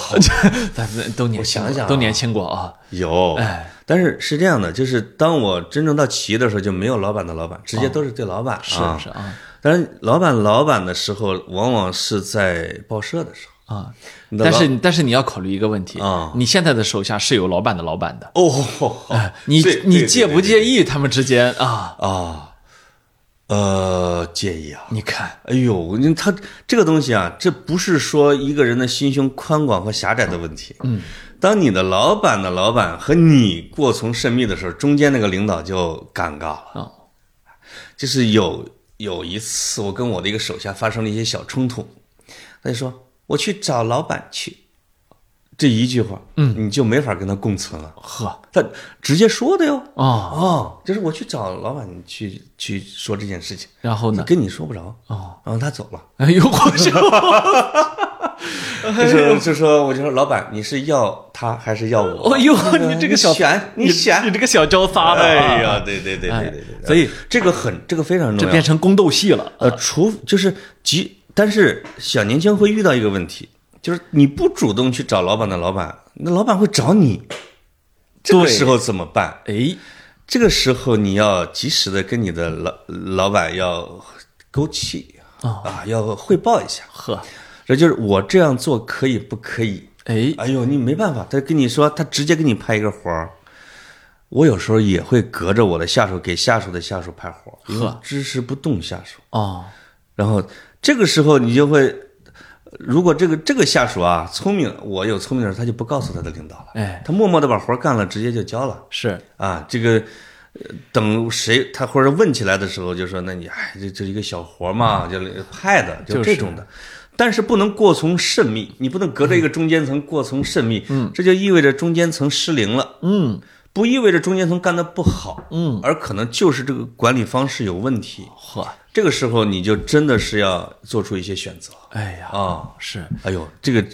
咱们都年轻我过，想想啊都年轻过啊。有，哎，但是是这样的，就是当我真正到企业的时候，就没有老板的老板，直接都是对老板、啊。哦是是啊但是老板老板的时候，往往是在报社的时候。啊，你的但老是但是你要考虑一个问题啊你现在的手下是有老板的老板的，哦，你对你对介对不对介意他们之间啊？啊？呃，介意啊。你看，哎呦，你他这个东西啊，这不是说一个人的心胸宽广和狭窄的问题。嗯，当你的老板的老板和你过从甚密的时候，中间那个领导就尴尬了。哦就是有有一次，我跟我的一个手下发生了一些小冲突，他就说：“我去找老板去。这一句话，嗯，你就没法跟他共存了。呵，他直接说的哟。哦，哦，就是我去找老板去去说这件事情，然后你呢？跟你说不着，哦，然后嗯他走 了，哎呦我 去，就说就说我就说老板，你是要他还是要我？ 哎呦，你这个小选，你选你，这个小娇撒的，哎啊呀，，对对对哎对对对，所以这个很这个非常这重要变。成宫斗戏了。呃，除就是即，但是小年轻会遇到一个问题，就是你不主动去找老板的老板，那老板会找你，这个对时候怎么办？哎，这个时候你要及时的跟你的老老板要沟气、啊，要汇报一下。哦呵，这就是我这样做可以不可以？哎，哎呦，你没办法，他跟你说，他直接给你派一个活儿。我有时候也会隔着我的下属给下属的下属派活儿，因为支持不动下属。哦，然后这个时候你就会，如果这个这个下属啊聪明，我有聪明的时候，他就不告诉他的领导了，哎，他默默的把活儿干了，直接就交了。是，啊，这个呃等谁他或者问起来的时候，就说那你哎，这这一个小活嘛，就派的，就就是这种的。但是不能过从甚密，你不能隔着一个中间层过从甚密，嗯，这就意味着中间层失灵了，嗯不意味着中间层干的不好，嗯，而可能就是这个管理方式有问题。呵，这个时候你就真的是要做出一些选择哎呀，啊！是。哎呦，这个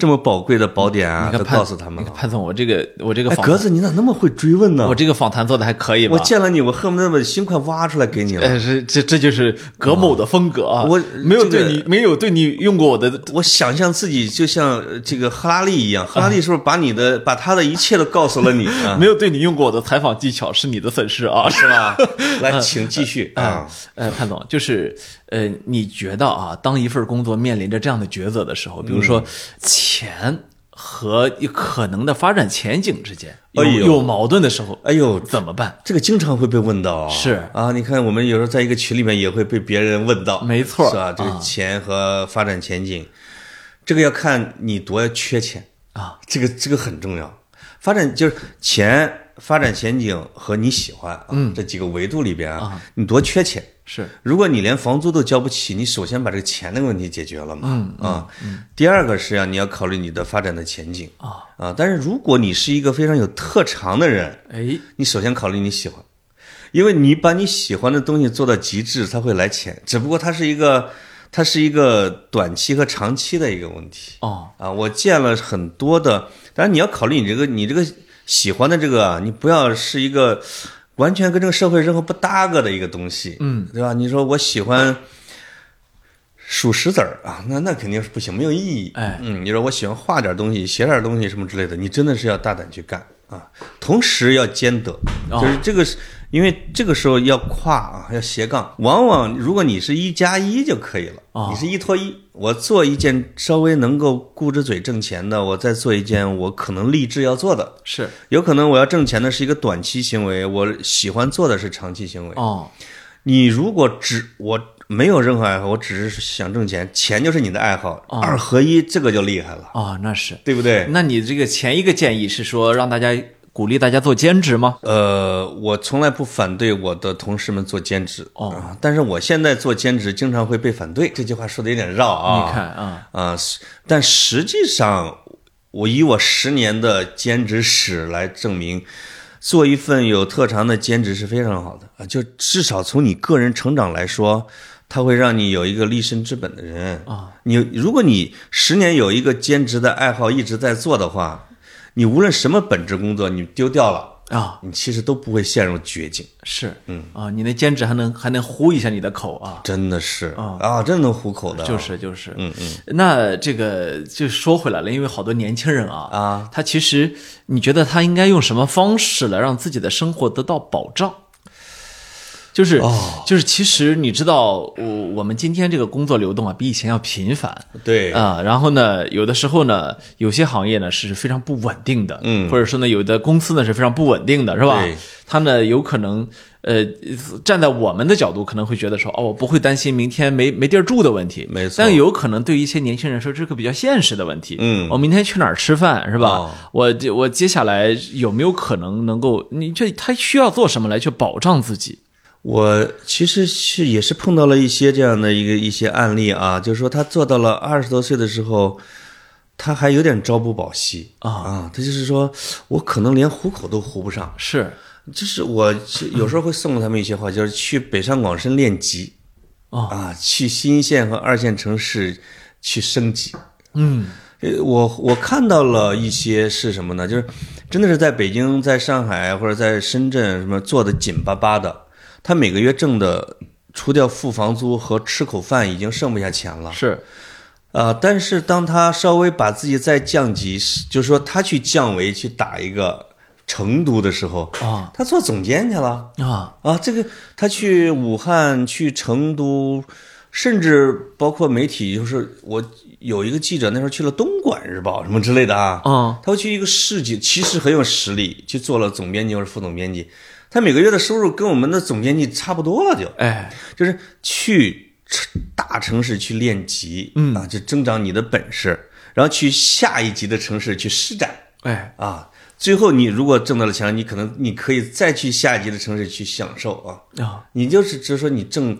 这么宝贵的宝典啊，你都看潘告诉他们你看了。潘总，我这个我这个哎，访格子，你咋那么会追问呢？我这个访谈做的还可以吧？我见了你，我恨不得把心快挖出来给你了。啊呃，是这这就是葛某的风格啊！我没有对这个你没有对你用过我的，我想象自己就像呃这个赫拉利一样，赫拉利是不是把你的、把他的一切都告诉了你啊？没有对你用过我的采访技巧是你的损失啊！ 是吧？来，请继续啊。呃，潘总，就是呃，你觉得啊，当一份工作面临着这样的抉择的时候，比如说嗯钱和可能的发展前景之间有哎呦有矛盾的时候，哎呦，怎么办？这个经常会被问到啊。呃是啊，你看我们有时候在一个群里面也会被别人问到，没错啊是吧？这个钱和发展前景，这个要看你多缺钱啊，这个这个很重要。发展就是钱、发展前景和你喜欢啊、这几个维度里边啊，你多缺钱。嗯是如果你连房租都交不起，你首先把这个钱的问题解决了嘛，啊，第二个是要啊你要考虑你的发展的前景啊啊，但是如果你是一个非常有特长的人，哎，你首先考虑你喜欢，因为你把你喜欢的东西做到极致，它会来钱，只不过它是一个它是一个短期和长期的一个问题哦，啊。我见了很多的，当然你要考虑你这个你这个喜欢的这个啊，你不要是一个完全跟这个社会任何不搭嘎的一个东西，嗯，对吧？你说我喜欢。数石子儿啊，那那肯定是不行，没有意义。哎，嗯，你说我喜欢画点东西，写点东西什么之类的，你真的是要大胆去干啊，同时要兼得，哦就是这个是。因为这个时候要跨啊，要斜杠。往往如果你是一加一就可以了，哦你是一拖一。我做一件稍微能够顾着嘴挣钱的，我再做一件我可能立志要做的。是有可能我要挣钱的是一个短期行为，我喜欢做的是长期行为。哦，你如果只我没有任何爱好，我只是想挣钱，钱就是你的爱好，二合一这个就厉害了，哦，那是。对不对？那你这个前一个建议是说让大家鼓励大家做兼职吗？呃，我从来不反对我的同事们做兼职哦啊但是我现在做兼职经常会被反对。这句话说的有点绕啊，你看啊，啊、是但实际上，我以我十年的兼职史来证明，做一份有特长的兼职是非常好的啊，就至少从你个人成长来说。它会让你有一个立身之本的人啊！你如果你十年有一个兼职的爱好一直在做的话，你无论什么本职工作你丢掉了，啊你其实都不会陷入绝境，是，嗯啊，你那兼职还能还能呼一下你的口啊。真的是啊真能糊口的啊，就是就是，嗯嗯，那这个就说回来了，因为好多年轻人啊，啊，他其实你觉得他应该用什么方式来让自己的生活得到保障？就是、就是，其实你知道，我我们今天这个工作流动啊，比以前要频繁，对啊、然后呢，有的时候呢，有些行业呢是非常不稳定的，嗯或者说呢，有的公司呢是非常不稳定的，是吧对？他呢有可能，呃，站在我们的角度可能会觉得说，哦，我不会担心明天没没地儿住的问题，没错但有可能对于一些年轻人说，这是个比较现实的问题，哦嗯我明天去哪儿吃饭是吧？哦我这我接下来有没有可能能够，你这他需要做什么来去保障自己？我其实是也是碰到了一些这样的一个一些案例啊，就是说他做到了二十多岁的时候，他还有点朝不保夕啊啊，他就是说我可能连糊口都糊不上，是就是我是嗯有时候会送给他们一些话，就是去北上广深练级哦啊，去新一线和二线城市去升级。嗯呃，我我看到了一些是什么呢？就是真的是在北京、在上海或者在深圳什么做的紧巴巴的，他每个月挣的除掉付房租和吃口饭，已经剩不下钱了。嗯是啊、但是当他稍微把自己再降级，是就是说他去降维去打一个成都的时候，啊他做总监去了。啊啊，这个他去武汉、去成都，甚至包括媒体，就是我有一个记者那时候去了《东莞日报》什么之类的啊，啊他会去一个市级，其实很有实力，去做了总编辑或者副总编辑，他每个月的收入跟我们的总编辑差不多了就，哎就是去城大城市去练级，嗯啊，就增长你的本事，然后去下一级的城市去施展，哎啊，最后你如果挣到了钱，你可能你可以再去下一级的城市去享受啊。啊你就是只是说你挣，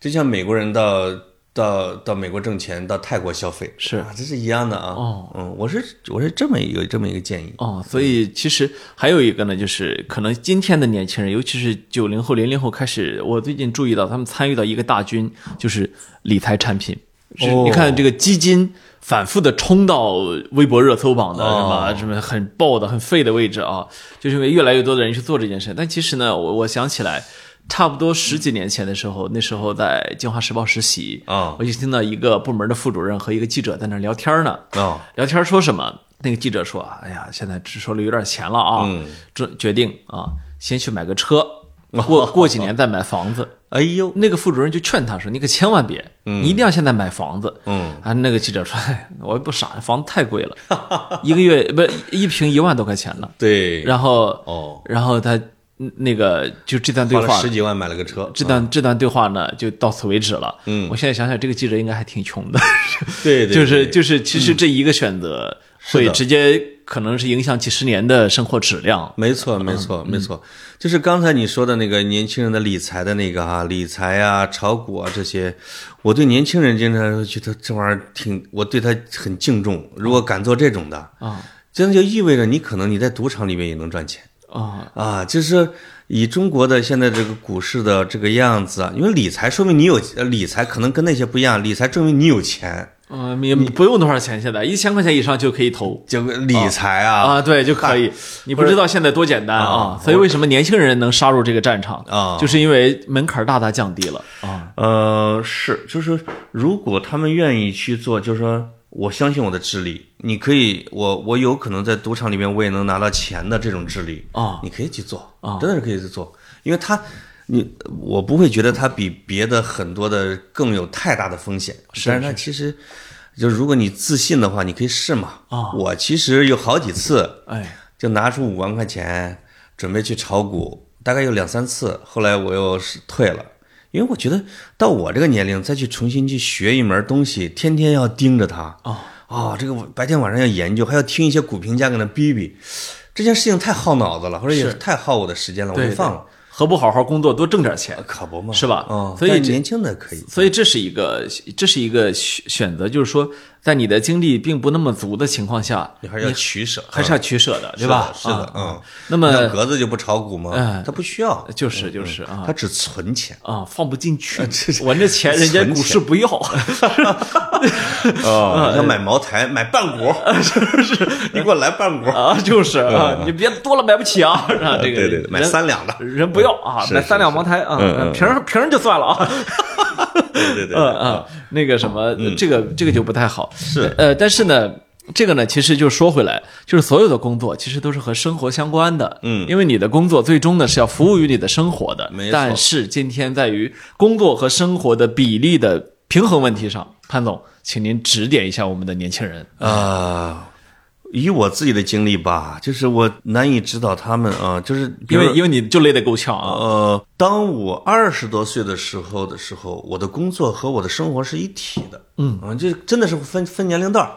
就像美国人到到到美国挣钱，到泰国消费是啊，这是一样的啊。哦，嗯，我是我是这么一个这么一个建议。哦，所以其实还有一个呢，就是可能今天的年轻人，尤其是九零后、零零后开始，我最近注意到他们参与到一个大军，就是理财产品。是哦你看这个基金反复的冲到微博热搜榜的什么、哦什么很爆的、很废的位置啊，就是因为越来越多的人去做这件事。但其实呢，我我想起来，差不多十几年前的时候，那时候在《京华时报》实习哦我就听到一个部门的副主任和一个记者在那儿聊天呢。哦，聊天说什么？那个记者说：“哎呀，现在只手里有点钱了啊，嗯这决定啊，先去买个车， 过过几年再买房子。哎呦，那个副主任就劝他说：“你可千万别，你一定要现在买房子。”嗯，啊，那个记者说：“哎，我又不傻，房子太贵 了，一个月不是一平一万多块钱呢。对，”然后，哦，然后他嗯那个就这段对花了话十，几万买了个车，这段这段对话呢就到此为止了。嗯我现在想想，这个记者应该还挺穷的。对对，就是对就是，其实这一个选择的会直接可能是影响几十年的生活质量。没错，没错，没错，就是刚才你说的那个年轻人的理财的那个哈、理财啊、炒股啊这些，我对年轻人经常会觉得这玩意儿挺，我对他很敬重。如哦果敢做这种的，啊真的就意味着你可能你在赌场里面也能赚钱啊啊！就是以中国的现在这个股市的这个样子啊，因为理财说明你有呃理财，可能跟那些不一样，理财证明你有钱，嗯，也不用多少钱，现在一千块钱以上就可以投就理财啊啊，对，就可以。你不知道现在多简单啊啊，所以为什么年轻人能杀入这个战场啊就是因为门槛大大降低了啊。呃，是，就是如果他们愿意去做，就是说，我相信我的智力，你可以，我我有可能在赌场里面我也能拿到钱的这种智力啊你可以去做啊真的是可以去做，因为他，你我不会觉得他比别的很多的更有太大的风险，是但是他其实。就如果你自信的话，你可以试嘛。啊我其实有好几次哎，就拿出五万块钱准备去炒股，大概有两三次，后来我又是退了，因为我觉得到我这个年龄再去重新去学一门东西，天天要盯着它啊哦这个白天晚上要研究，还要听一些股评家搁那逼逼，这件事情太耗脑子了，或者也太耗我的时间了，我对就放了，何不好好工作，多挣点钱？可不嘛，是吧嗯，所以但这年轻的可以，所以这是一个，这是一个选选择，就是说，在你的精力并不那么足的情况下，你还是要取舍，啊还是要取舍的，对吧？是的，是的啊，嗯。那像么格子就不炒股吗嗯？他不需要，就是就是啊他只存钱。啊，放不进去，我这钱人家存股钱市不要， 啊哦，要买茅台，买半 股， 是，你给我来半股，啊，就是啊，你别多了买不起啊，啊，这个嗯对对对，买人三两的，人不要啊，是买是三两是茅台啊嗯嗯，嗯瓶儿瓶儿就算了啊，对对对对，嗯嗯，那个什么，这个这个就不太好。是呃，但是呢，这个呢，其实就说回来，就是所有的工作其实都是和生活相关的。嗯因为你的工作最终呢是要服务于你的生活的。没错但是今天在于工作和生活的比例的平衡问题上，潘总，请您指点一下我们的年轻人。啊。以我自己的经历吧，就是我难以指导他们啊，就是比因如为因为你就累得够呛啊。呃，当我二十多岁的时候的时候，我的工作和我的生活是一体的，嗯，啊，这真的是分分年龄段儿。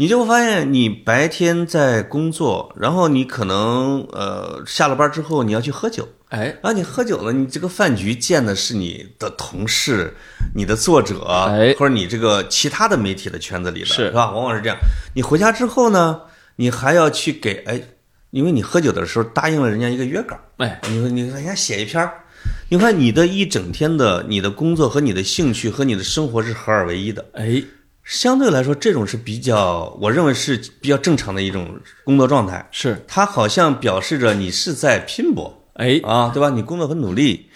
你就会发现你白天在工作，然后你可能呃下了班之后你要去喝酒，哎，然后你喝酒了，你这个饭局见的是你的同事、你的作者，哎或者你这个其他的媒体的圈子里的，是是吧？往往是这样。你回家之后呢，你还要去给哎，因为你喝酒的时候答应了人家一个约稿，哎，你说你给人家写一篇儿，你看你的一整天的你的工作和你的兴趣和你的生活是合二为一的。哎，相对来说，这种是比较，我认为是比较正常的一种工作状态。是，它好像表示着你是在拼搏哎，啊，对吧？你工作很努力。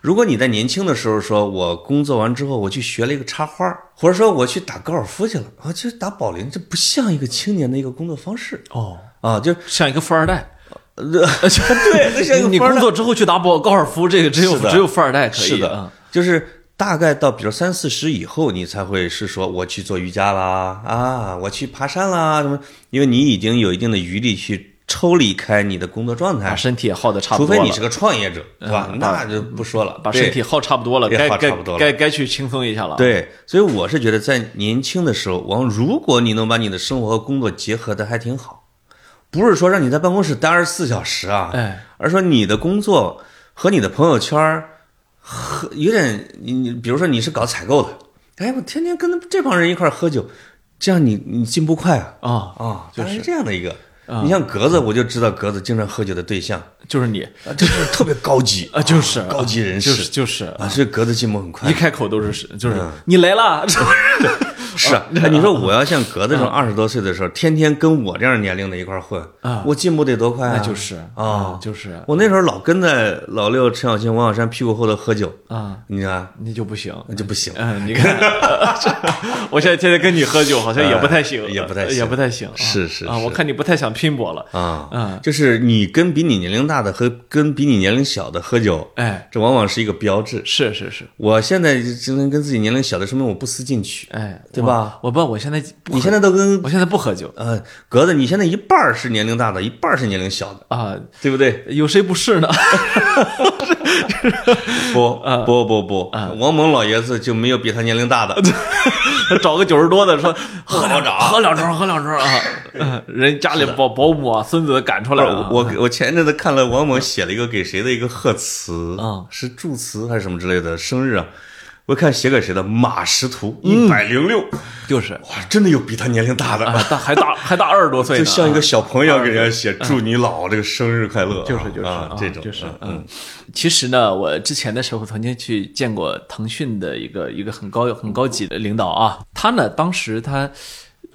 如果你在年轻的时候说，我工作完之后我去学了一个插花儿，或者说我去打高尔夫去了，啊，其实打保龄，这不像一个青年的一个工作方式哦，啊，就是像一个富二代。呃 对，这像一个你官儿工作之后去打保高尔夫，这个只有是的只有富二代可以。是啊的，就是大概到比如三四十以后，你才会是说我去做瑜伽啦，啊，我去爬山啦，什么？因为你已经有一定的余力去抽离开你的工作状把态，身体也耗的啊差不哎除多了，非你是个创业者，对吧？嗯把那就不说了，把对身体耗差不多了，也该耗该差不多了该该去轻松一下了。，对，所以我是觉得在年轻的时候，王，如果你能把你的生活和工作结合的还挺好，不是说让你在办公室待二十四小时啊，哎，而说你的工作和你的朋友圈儿和有点你你，比如说你是搞采购的，哎，我天天跟这帮人一块儿喝酒，这样你你进步快啊啊，啊，就大概是这样的一个。你像格子，我就知道格子经常喝酒的对象，就是你啊，就是特别高级啊，就是高级人士就是就是啊，所以格子进步很快一。开口都是就是嗯你来了，是啊，哎你说我要像格子这种二十多岁的时候，天天跟我这样年龄的一块儿混啊我进步得多快啊！那 就是啊就是我那时候老跟在老六、陈小青、王小山屁股后头喝酒，啊，你看你就不行。那就不行。嗯，你看， 我现在天天跟你喝酒，好像也不太行，哎也不太行也不太行。啊是是啊，是我看你不太想拼搏了。啊，嗯就是你跟比你年龄大的和跟比你年龄小的喝酒，哎，这往往是一个标志。是是是，我现在只能跟自己年龄小的，说明我不思进取。哎，对吧我？我不，我现在你不喝现在都跟我现在不喝酒呃格子，你现在一半儿是年龄大的，一半儿是年龄小的，啊，对不对？有谁不是呢？ 不呃不不不，王蒙老爷子就没有比他年龄 大的。找个九十多的说喝两不好盅，喝两盅，喝两 盅啊！嗯，人家里保保姆啊，孙子赶出来了啊。我我前阵子看了王蒙写了一个给谁的一个贺词嗯是祝词还是什么之类的生日啊？我看写给谁的马识途嗯一百零六，就是啊，哇，真的有比他年龄大的，大还大还大二十多岁就呢，像一个小朋友给人家写祝你老这个生日快乐啊，啊就是就是啊这种就是嗯嗯。其实呢，我之前的时候曾经去见过腾讯的一个一个很高很高级的领导啊，他呢当时他。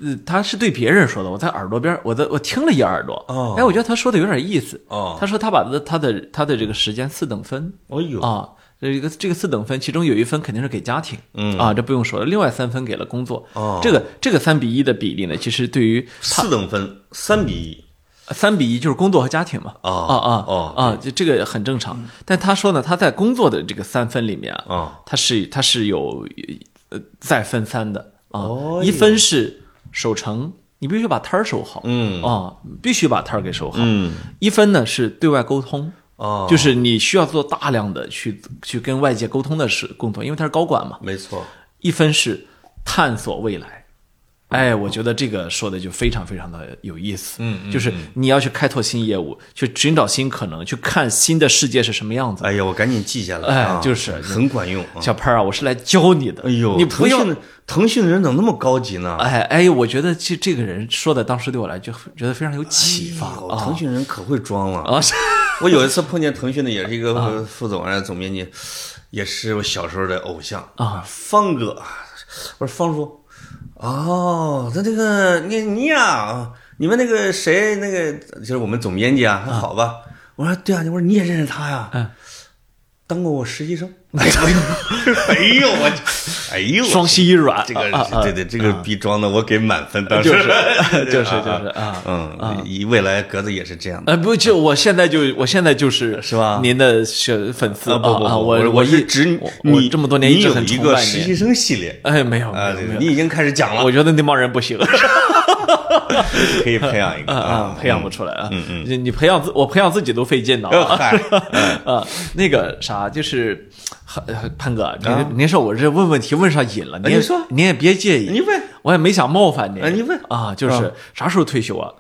呃，他是对别人说的，我在耳朵边儿，我在我听了一耳朵，哦哎，我觉得他说的有点意思，哦他说他把他的他的他的这个时间四等分，哦呦啊，这个这个四等分，其中有一分肯定是给家庭，嗯啊，这不用说了，另外三分给了工作，哦这个这个三比一的比例呢，其实对于四等分三比一，三比一就是工作和家庭嘛，哦啊啊哦嗯啊，就这个很正常。但他说呢，他在工作的这个三分里面啊，哦他是他是有呃再分三的啊哦，一分是守成，你必须把摊儿守好，嗯啊，必须把摊儿给守好，嗯，一分呢是对外沟通。哦就是你需要做大量的去去跟外界沟通的事工作，因为他是高管嘛。没错，一分是探索未来。哦哎，我觉得这个说的就非常非常的有意思，嗯，就是你要去开拓新业务，去寻找新可能，去看新的世界是什么样子。哎呀，我赶紧记下来，哎啊就是很管用啊。小潘儿啊，我是来教你的，哎呦，你不腾要讯，的腾讯的人怎么那么高级呢？哎哎，我觉得这这个人说的，当时对我来就觉得非常有启哎发呦啊腾讯人可会装了。啊，是 我有一次碰见腾讯的，也是一个呃副总啊，总编辑，也是我小时候的偶像啊，方哥。我说方叔，哦，他这个你你呀、你们那个谁那个就是我们总编辑啊，还好吧？我说对啊，我说你也认识他呀？嗯当过我实习 生。哎呦，哎呦我，哎呦，双膝一软，这个啊啊对对，这个逼装的我给满分，当时 就是就是啊就是啊嗯，以未来格子也是这样的。呃，不就我现在就我现在就是是吧您的小粉丝啊不不啊，不，我我一是指我我你这么多年你一直有很一崇个拜实习您。生系列哎，没有没啊，有对对没有，你已经开始讲了，我觉得那帮人不行。可以培养一 个啊啊，培养不出来啊！嗯嗯，你你培养自我培养自己都费劲呢呃 嗨啊！那个啥，就是呃潘哥，您您说我这问问题问上瘾了，您啊你说您也别介意，你问我也没想冒犯您。哎你问啊，就是啥时候退休啊？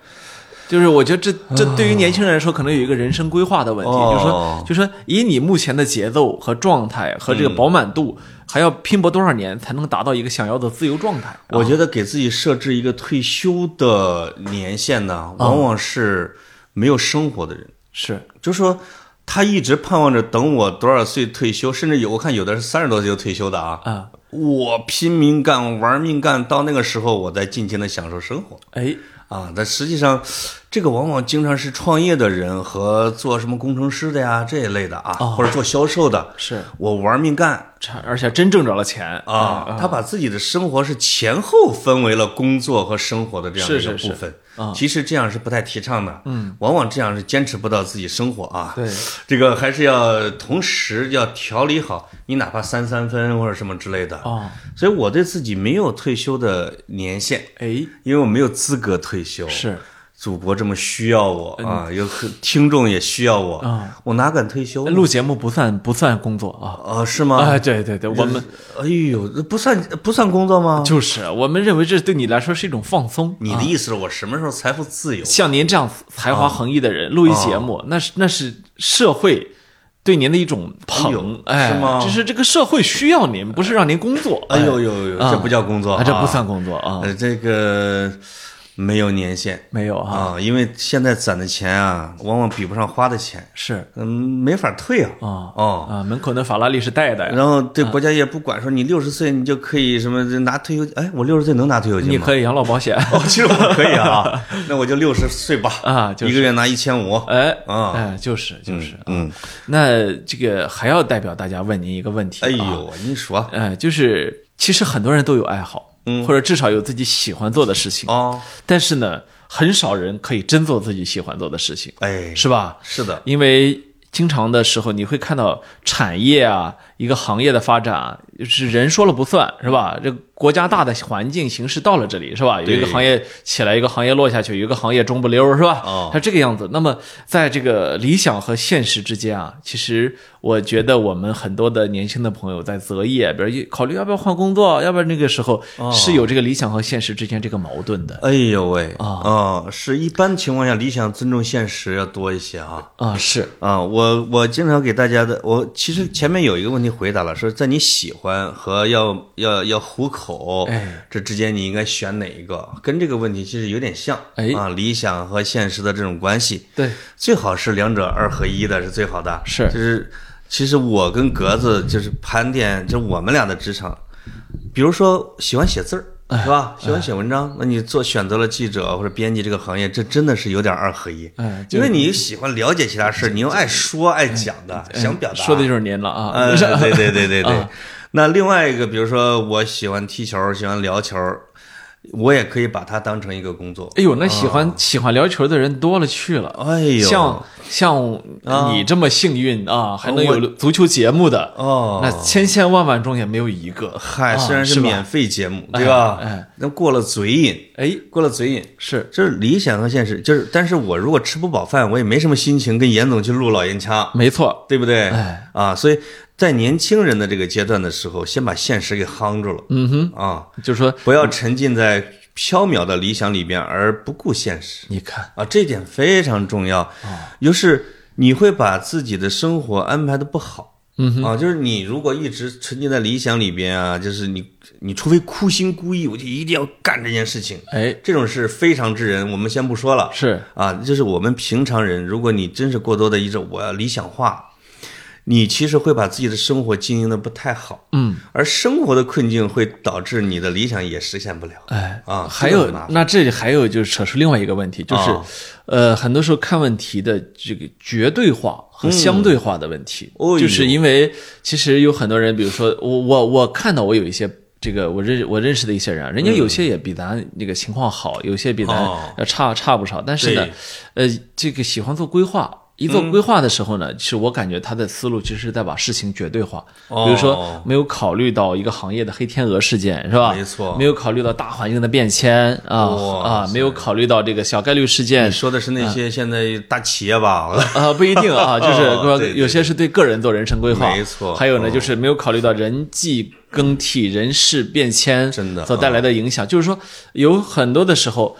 就是我觉得这这对于年轻人来说，可能有一个人生规划的问题，就是说哦，就是说以你目前的节奏和状态和这个饱满度，嗯还要拼搏多少年才能达到一个想要的自由状态？我觉得给自己设置一个退休的年限呢，嗯往往是没有生活的人，是就说他一直盼望着等我多少岁退休，甚至有我看有的是三十多岁就退休的啊。啊，我拼命干，玩命干，到那个时候我再尽情的享受生活哎，啊。但实际上，这个往往经常是创业的人和做什么工程师的呀这一类的哦啊，或者做销售的，是，我玩命干，差而且真挣着了钱啊，他把自己的生活是前后分为了工作和生活的这样的一个是是啊部分。其实这样是不太提倡的，嗯，往往这样是坚持不到自己生活啊。对，这个还是要同时要调理好，你哪怕三三分或者什么之类的。哦，所以我对自己没有退休的年限，哎，因为我没有资格退休。是嗯祖国这么需要我啊，有可听众也需要我啊，我哪敢退休呢？录节目不算不算工作啊啊，是吗啊，？对对对，我们哎呦，这不算不算工作吗？就是啊我们认为这对你来说是一种放松。你的意思是我什么时候财富自由？像您这样才华横溢的人录一节目，那是那是社会对您的一种捧，哎哎，呦是吗就是这个社会需要您，不是让您工作。哎呦呦呦，啊这不叫工作啊啊，这不算工作啊，呃，这个没有年限没有哈，啊，因为现在攒的钱啊，往往比不上花的钱，是嗯，没法退啊。啊哦，啊，门口那法拉利是带的呀，然后对国家也不管，说你六十岁你就可以什么拿退休金，哎，我六十岁能拿退休金吗？你可以养老保险，哦， 其实我可以啊，那我就六十岁吧， 啊就是一个月拿一千五，哎啊哎，就是就是，啊嗯，那这个还要代表大家问您一个问题，啊哎，呦，你说哎，就是其实很多人都有爱好，嗯或者至少有自己喜欢做的事情，哦，但是呢，很少人可以真做自己喜欢做的事情，哎，是吧？是的，因为经常的时候，你会看到产业啊，一个行业的发展啊，是人说了不算，是吧？这国家大的环境形势到了这里，是吧？有对一个行业起来，一个行业落下去，有一个行业中不溜儿，是吧？哦它这个样子。那么，在这个理想和现实之间啊，其实我觉得我们很多的年轻的朋友在择业，比如考虑要不要换工作，要不然那个时候哦是有这个理想和现实之间这个矛盾的。哎呦喂啊哦是一般情况下理想尊重现实要多一些啊啊，是啊！我我经常给大家的，我其实前面有一个问题回答了，说在你喜欢和要要要糊口哎这之间，你应该选哪一个？跟这个问题其实有点像，哎啊，理想和现实的这种关系，对，最好是两者二合一的是最好的，是就是其实我跟格子就是盘点，就是我们俩的职场，比如说喜欢写字儿。哎是吧？喜欢写文章，那你做选择了记者或者编辑这个行业，这真的是有点二合一。哎就因为你喜欢了解其他事，你又爱说爱讲的，想表达。哎说的就是啊您了啊。 呃，对对对对对。那另外一个，比如说我喜欢踢球，喜欢聊球，我也可以把它当成一个工作。哎呦，那喜欢、喜欢聊球的人多了去了，啊哎呦，像像你这么幸运啊，还能我有足球节目的，哦，那千千万万中也没有一个。嗨，啊虽然是是吧免费节目，对吧？哎哎，那过了嘴瘾，哎，过了嘴瘾，是就是理想和现实，就是，但是我如果吃不饱饭，我也没什么心情跟严总去录老烟枪，没错，对不对？哎啊，所以在年轻人的这个阶段的时候，先把现实给夯住了，嗯哼，啊，就是说，不要沉浸在缥缈的理想里边而不顾现实你看，啊，这点非常重要。哦就是你会把自己的生活安排的不好。嗯啊，就是你如果一直沉浸在理想里边啊，就是你，你除非苦心孤诣，我就一定要干这件事情，哎，这种是非常之人，我们先不说了。是啊，就是我们平常人，如果你真是过多的一种我要理想化，你其实会把自己的生活经营的不太好，嗯，而生活的困境会导致你的理想也实现不了。哎啊还这个有很麻烦那这里还有就是扯出另外一个问题，就是啊，呃，很多时候看问题的这个绝对化和相对化的问题，哦呦就是因为其实有很多人，比如说我我我看到我有一些。这个我认我认识的一些人啊，人家有些也比咱那个情况好，有些比咱哦要差差不少。但是呢对，呃，这个喜欢做规划，一做规划的时候呢，其实我感觉他的思路其实是在把事情绝对化，哦比如说没有考虑到一个行业的黑天鹅事件，是吧？没错没有考虑到大环境的变迁啊哇啊，没有考虑到这个小概率事件你说的是那些现在大企业吧？ 啊，不一 定啊，就是哦说对对有些是对个人做人生规划，没错哦还有呢，就是没有考虑到人际更替、人事变迁真的嗯所带来的影响，就是说有很多的时候。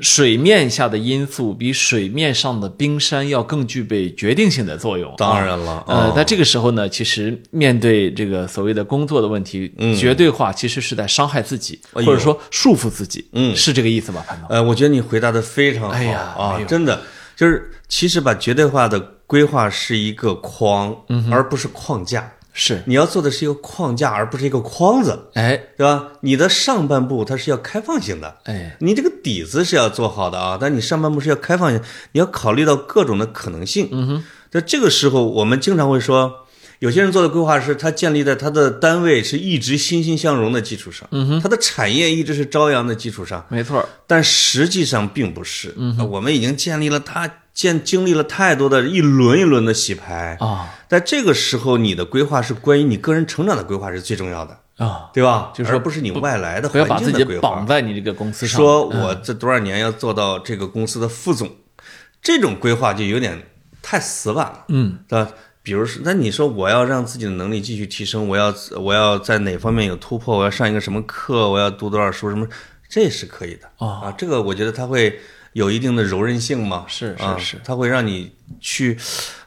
水面下的因素比水面上的冰山要更具备决定性的作用。当然了，呃，嗯在这个时候呢，其实面对这个所谓的工作的问题，绝对化其实是在伤害自己，嗯哎呦或者说束缚自己，嗯是这个意思吧，潘总？呃，我觉得你回答的非常好、哎呀啊哎，呦真的就是其实把绝对化的规划是一个框，嗯而不是框架。是，你要做的是一个框架，而不是一个框子，哎对吧？你的上半部它是要开放性的，哎，你这个底子是要做好的啊，但你上半部是要开放性，你要考虑到各种的可能性。嗯哼，在这个时候，我们经常会说，有些人做的规划是他建立在他的单位是一直欣欣向荣的基础上，嗯哼，他的产业一直是朝阳的基础上，没错儿，但实际上并不是。嗯，我们已经建立了他建经历了太多的一轮一轮的洗牌啊。在这个时候，你的规划是关于你个人成长的规划是最重要的，啊，对吧？就是说而不是你外来的不要把环自境己的规划。绑在你这个公司上。嗯说我这多少年要做到这个公司的副总，这种规划就有点太死板了，嗯，对吧？比如说，那你说我要让自己的能力继续提升，我要我要在哪方面有突破，我要上一个什么课，我要读多少书，什么，这是可以的、哦啊。这个我觉得它会有一定的柔韧性嘛，是是啊是，它会让你去。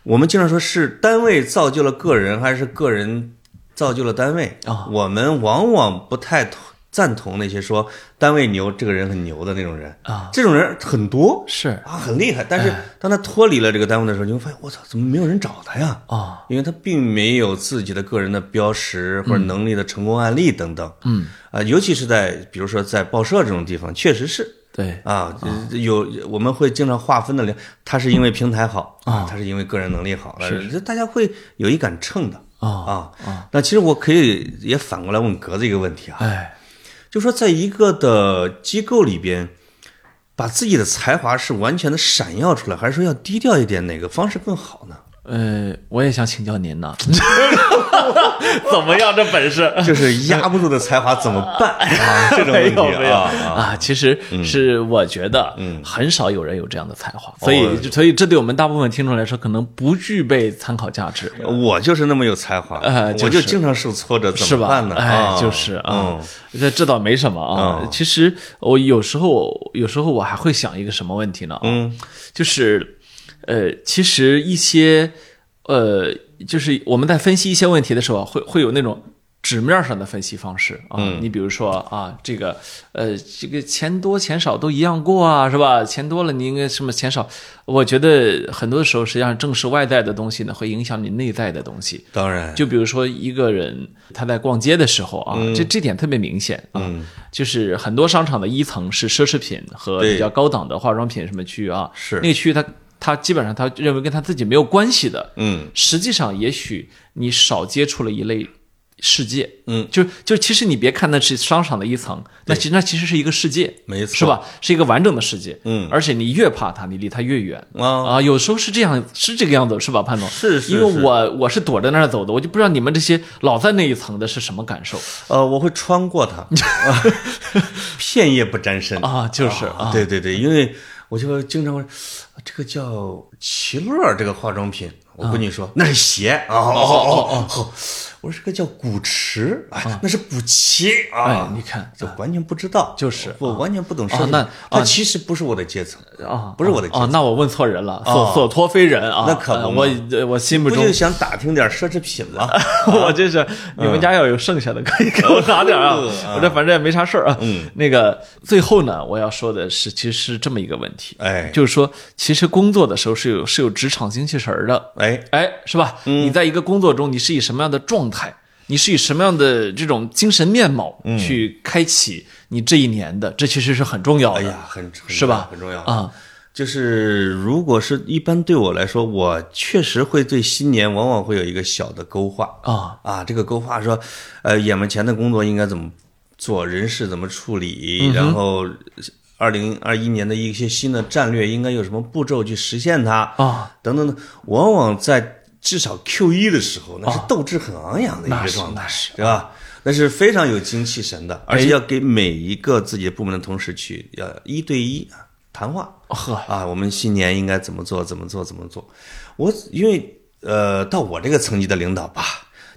我们经常说是单位造就了个人，还是个人造就了单位啊？我们往往不太同赞同那些说单位牛，这个人很牛的那种人啊，这种人很多是啊，很厉害。但是当他脱离了这个单位的时候，你会发现，我操，怎么没有人找他呀？啊，因为他并没有自己的个人的标识或者能力的成功案例等等。嗯，啊，尤其是在比如说在报社这种地方，确实是。对，啊，有我们会经常划分的聊，他是因为平台好啊，他是因为个人能力好，是这大家会有一杆秤的啊啊。那其实我可以也反过来问格子一个问题啊，哎，就说在一个的机构里边，把自己的才华是完全的闪耀出来，还是说要低调一点，哪个方式更好呢？呃，我也想请教您 呢，怎么样？这本事？就是压不住的才华怎么办啊？这种哎问没有题没有啊嗯啊，啊，其实是我觉得，很少有人有这样的才华，所哦以所以这对我们大部分听众来说，可能不具备参考价值。我就是那么有才华，哎我就就是经常受挫折，是怎么吧办呢？？哎啊，就是啊嗯，这这倒没什么啊。其实我有时候，有时候我还会想一个什么问题呢？嗯，就是，呃，其实一些，呃，就是我们在分析一些问题的时候啊，会会有那种。纸面上的分析方式啊，你比如说啊，这个呃，这个钱多钱少都一样过啊，是吧？钱多了你应该什么钱少？我觉得很多时候实际上正是外在的东西呢，会影响你内在的东西。当然，就比如说一个人他在逛街的时候啊，这这点特别明显啊，嗯就是很多商场的一层是奢侈品和对比较高档的化妆品什么区域啊，是那个区域他他基本上他认为跟他自己没有关系的，嗯实际上也许你少接触了一类。世界，嗯，就就其实你别看那是商场的一层，那其那其实是一个世界，没错是吧？是一个完整的世界，嗯而且你越怕它，你离它越远，啊，啊，有时候是这样，是这个样子，是吧，潘总？是是因为是我我是躲着那儿走的，我就不知道你们这些老在那一层的是什么感受呃，我会穿过 它，啊片叶不沾身啊，就是啊，对对对，因为我就经常会，啊这个叫奇乐儿这个化妆品，我跟你说、那是鞋啊，哦哦哦哦，我说这个叫古驰，哎，那是古奇啊哎啊，，你看就完全不知道，就是我完全不懂奢侈啊品那它其实不是我的阶层啊，不是我的阶啊，层。那我问错人了，所哦所托非人啊，那可不呃嘛我呃我心目不中就。想打听点奢侈品吗？ 啊我这是你们家要有剩下的，可以给我拿点啊！ 嗯我这反正也没啥事儿啊。嗯，那个最后呢，我要说的是，其实是这么一个问题，哎就是说，其实工作的时候是有是有职场精气神儿的，哎，嗯哎，是吧？你在一个工作中，你是以什么样的状态，你是以什么样的这种精神面貌嗯去开启你这一年的，这其实是很重要的，哎呀，很很是吧？很重要。啊，就是如果是一般对我来说，我确实会对新年往往会有一个小的勾画啊啊，这个勾画说，嗯呃，眼门前的工作应该怎么做，人事怎么处理，然后二零二一年的一些新的战略应该有什么步骤去实现它啊，等等等，往往在至少 Q 一的时候，那是斗志很昂扬的一啊那个是状态那是，对吧？那是非常有精气神的，哎而且要给每一个自己的部门的同事去要一对一谈话呵啊，我们新年应该怎么做，怎么做，怎么做。我因为呃，到我这个层级的领导吧，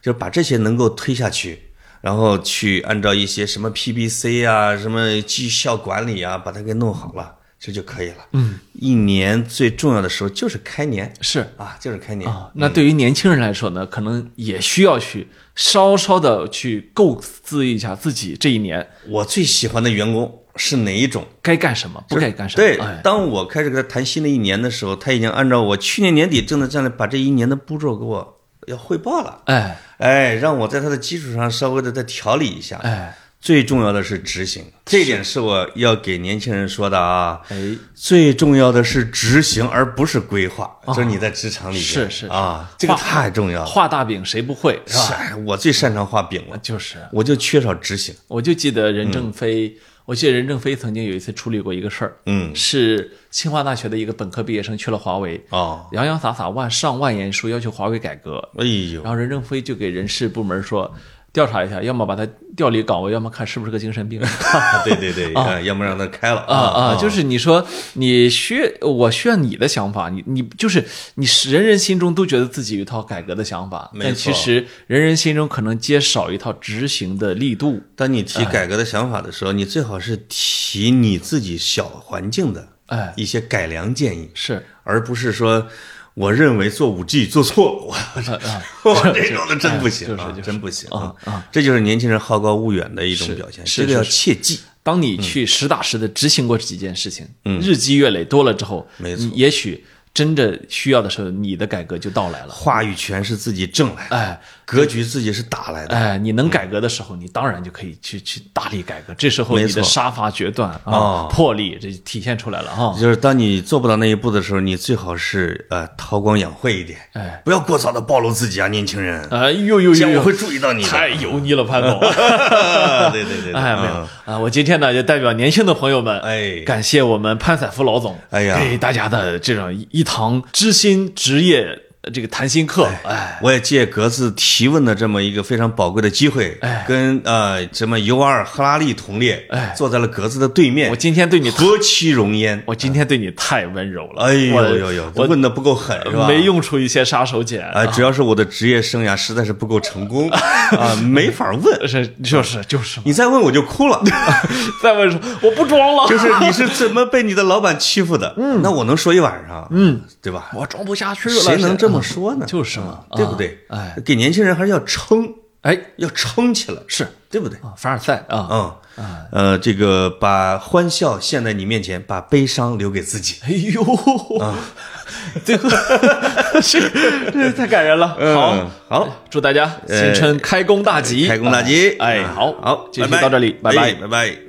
就是把这些能够推下去，然后去按照一些什么 PBC 啊、什么绩效管理啊，把它给弄好了，这就可以了。嗯，一年最重要的时候就是开年是啊，就是开年。啊。那对于年轻人来说呢，可能也需要去稍稍的去构思一下自己这一年我最喜欢的员工是哪一种？该干什么，不该干什么。对哎，当我开始跟他谈新的一年的时候，他已经按照我去年年底定的战略，把这一年的步骤给我要汇报了。哎哎，让我在他的基础上稍微的再调理一下。哎最重要的是执行，这一点是我要给年轻人说的啊。哎，最重要的是执行，而不是规划。就是你在职场里边哦是是啊，这个画太重要了。画哎大饼谁不会是吧？是哎我最擅长画饼了，就是，我就缺少执行。我就记得任嗯正非，我记得任正非曾经有一次处理过一个事儿，嗯，是清华大学的一个本科毕业生去了华为，哦，洋洋洒洒万上万言书要求华为改革，哎呦然，后任正非就给人事部门说，调查一下，要么把他调离岗位，要么看是不是个精神病。 对对对，哦啊要不然让他开了啊啊！就是你说你需我需要你的想法，你你就是你是人人心中都觉得自己有一套改革的想法，没但错其实人人心中可能皆少一套执行的力度。当你哎提改革的想法的时候，你最好是提你自己小环境的哎，一些改良建议，是而不是说我认为做五 G 做错 了，我我这种的真不行呃就是啊就，是真不行啊啊！这就是年轻人好高骛远的一是种表现，是这个要是切记。当你去实打实的执行过几件事情，日积月累多了之后，嗯没错你也许真的需要的时候，你的改革就到来了。话语权是自己挣来的，哎格局自己是打来的。哎，你能改革的时候，你当然就可以去去大力改革。这时候没你的错杀伐决断啊、哦魄力，这体现出来了啊。就是当你做不到那一步的时候，你最好是呃韬光养晦一点，哎，不要过早的暴露自己啊，年轻人，哎呦呦这样呦我呦会！注意到你的。太油腻了，潘总。 对对对，对哎，没有嗯啊！我今天呢，就代表年轻的朋友们，哎感谢我们潘采夫老总，哎呀给大家的这种一堂知心职业呃这个谈心课，哎，我也借格子提问的这么一个非常宝贵的机会，哎跟呃什么尤瓦尔·赫拉利同列，哎坐在了格子的对面，我今天对你太，何其容焉！我今天对你太温柔了，哎我呦呦呦，我问的不够狠是吧？没用出一些杀手锏，啊，主要是我的职业生涯实在是不够成 功啊，没法问，是就是就是，你再问我就哭了。 再问说我不装了，就是你是怎么被你的老板欺负的？嗯，那我能说一晚上，嗯，对吧？我装不下去了，谁能这么是？嗯说呢？就是嘛对不对？啊哎，给年轻人还是要撑，哎要撑起来，是对不对？啊，凡尔赛啊，嗯，呃，这个把欢笑献在你面前，把悲伤留给自己。哎呦，嗯 最后 是这太感人了，好嗯。好，祝大家新春开工大吉，呃开工大吉！哎，好，好，今拜天拜到这里，拜拜哎。拜拜。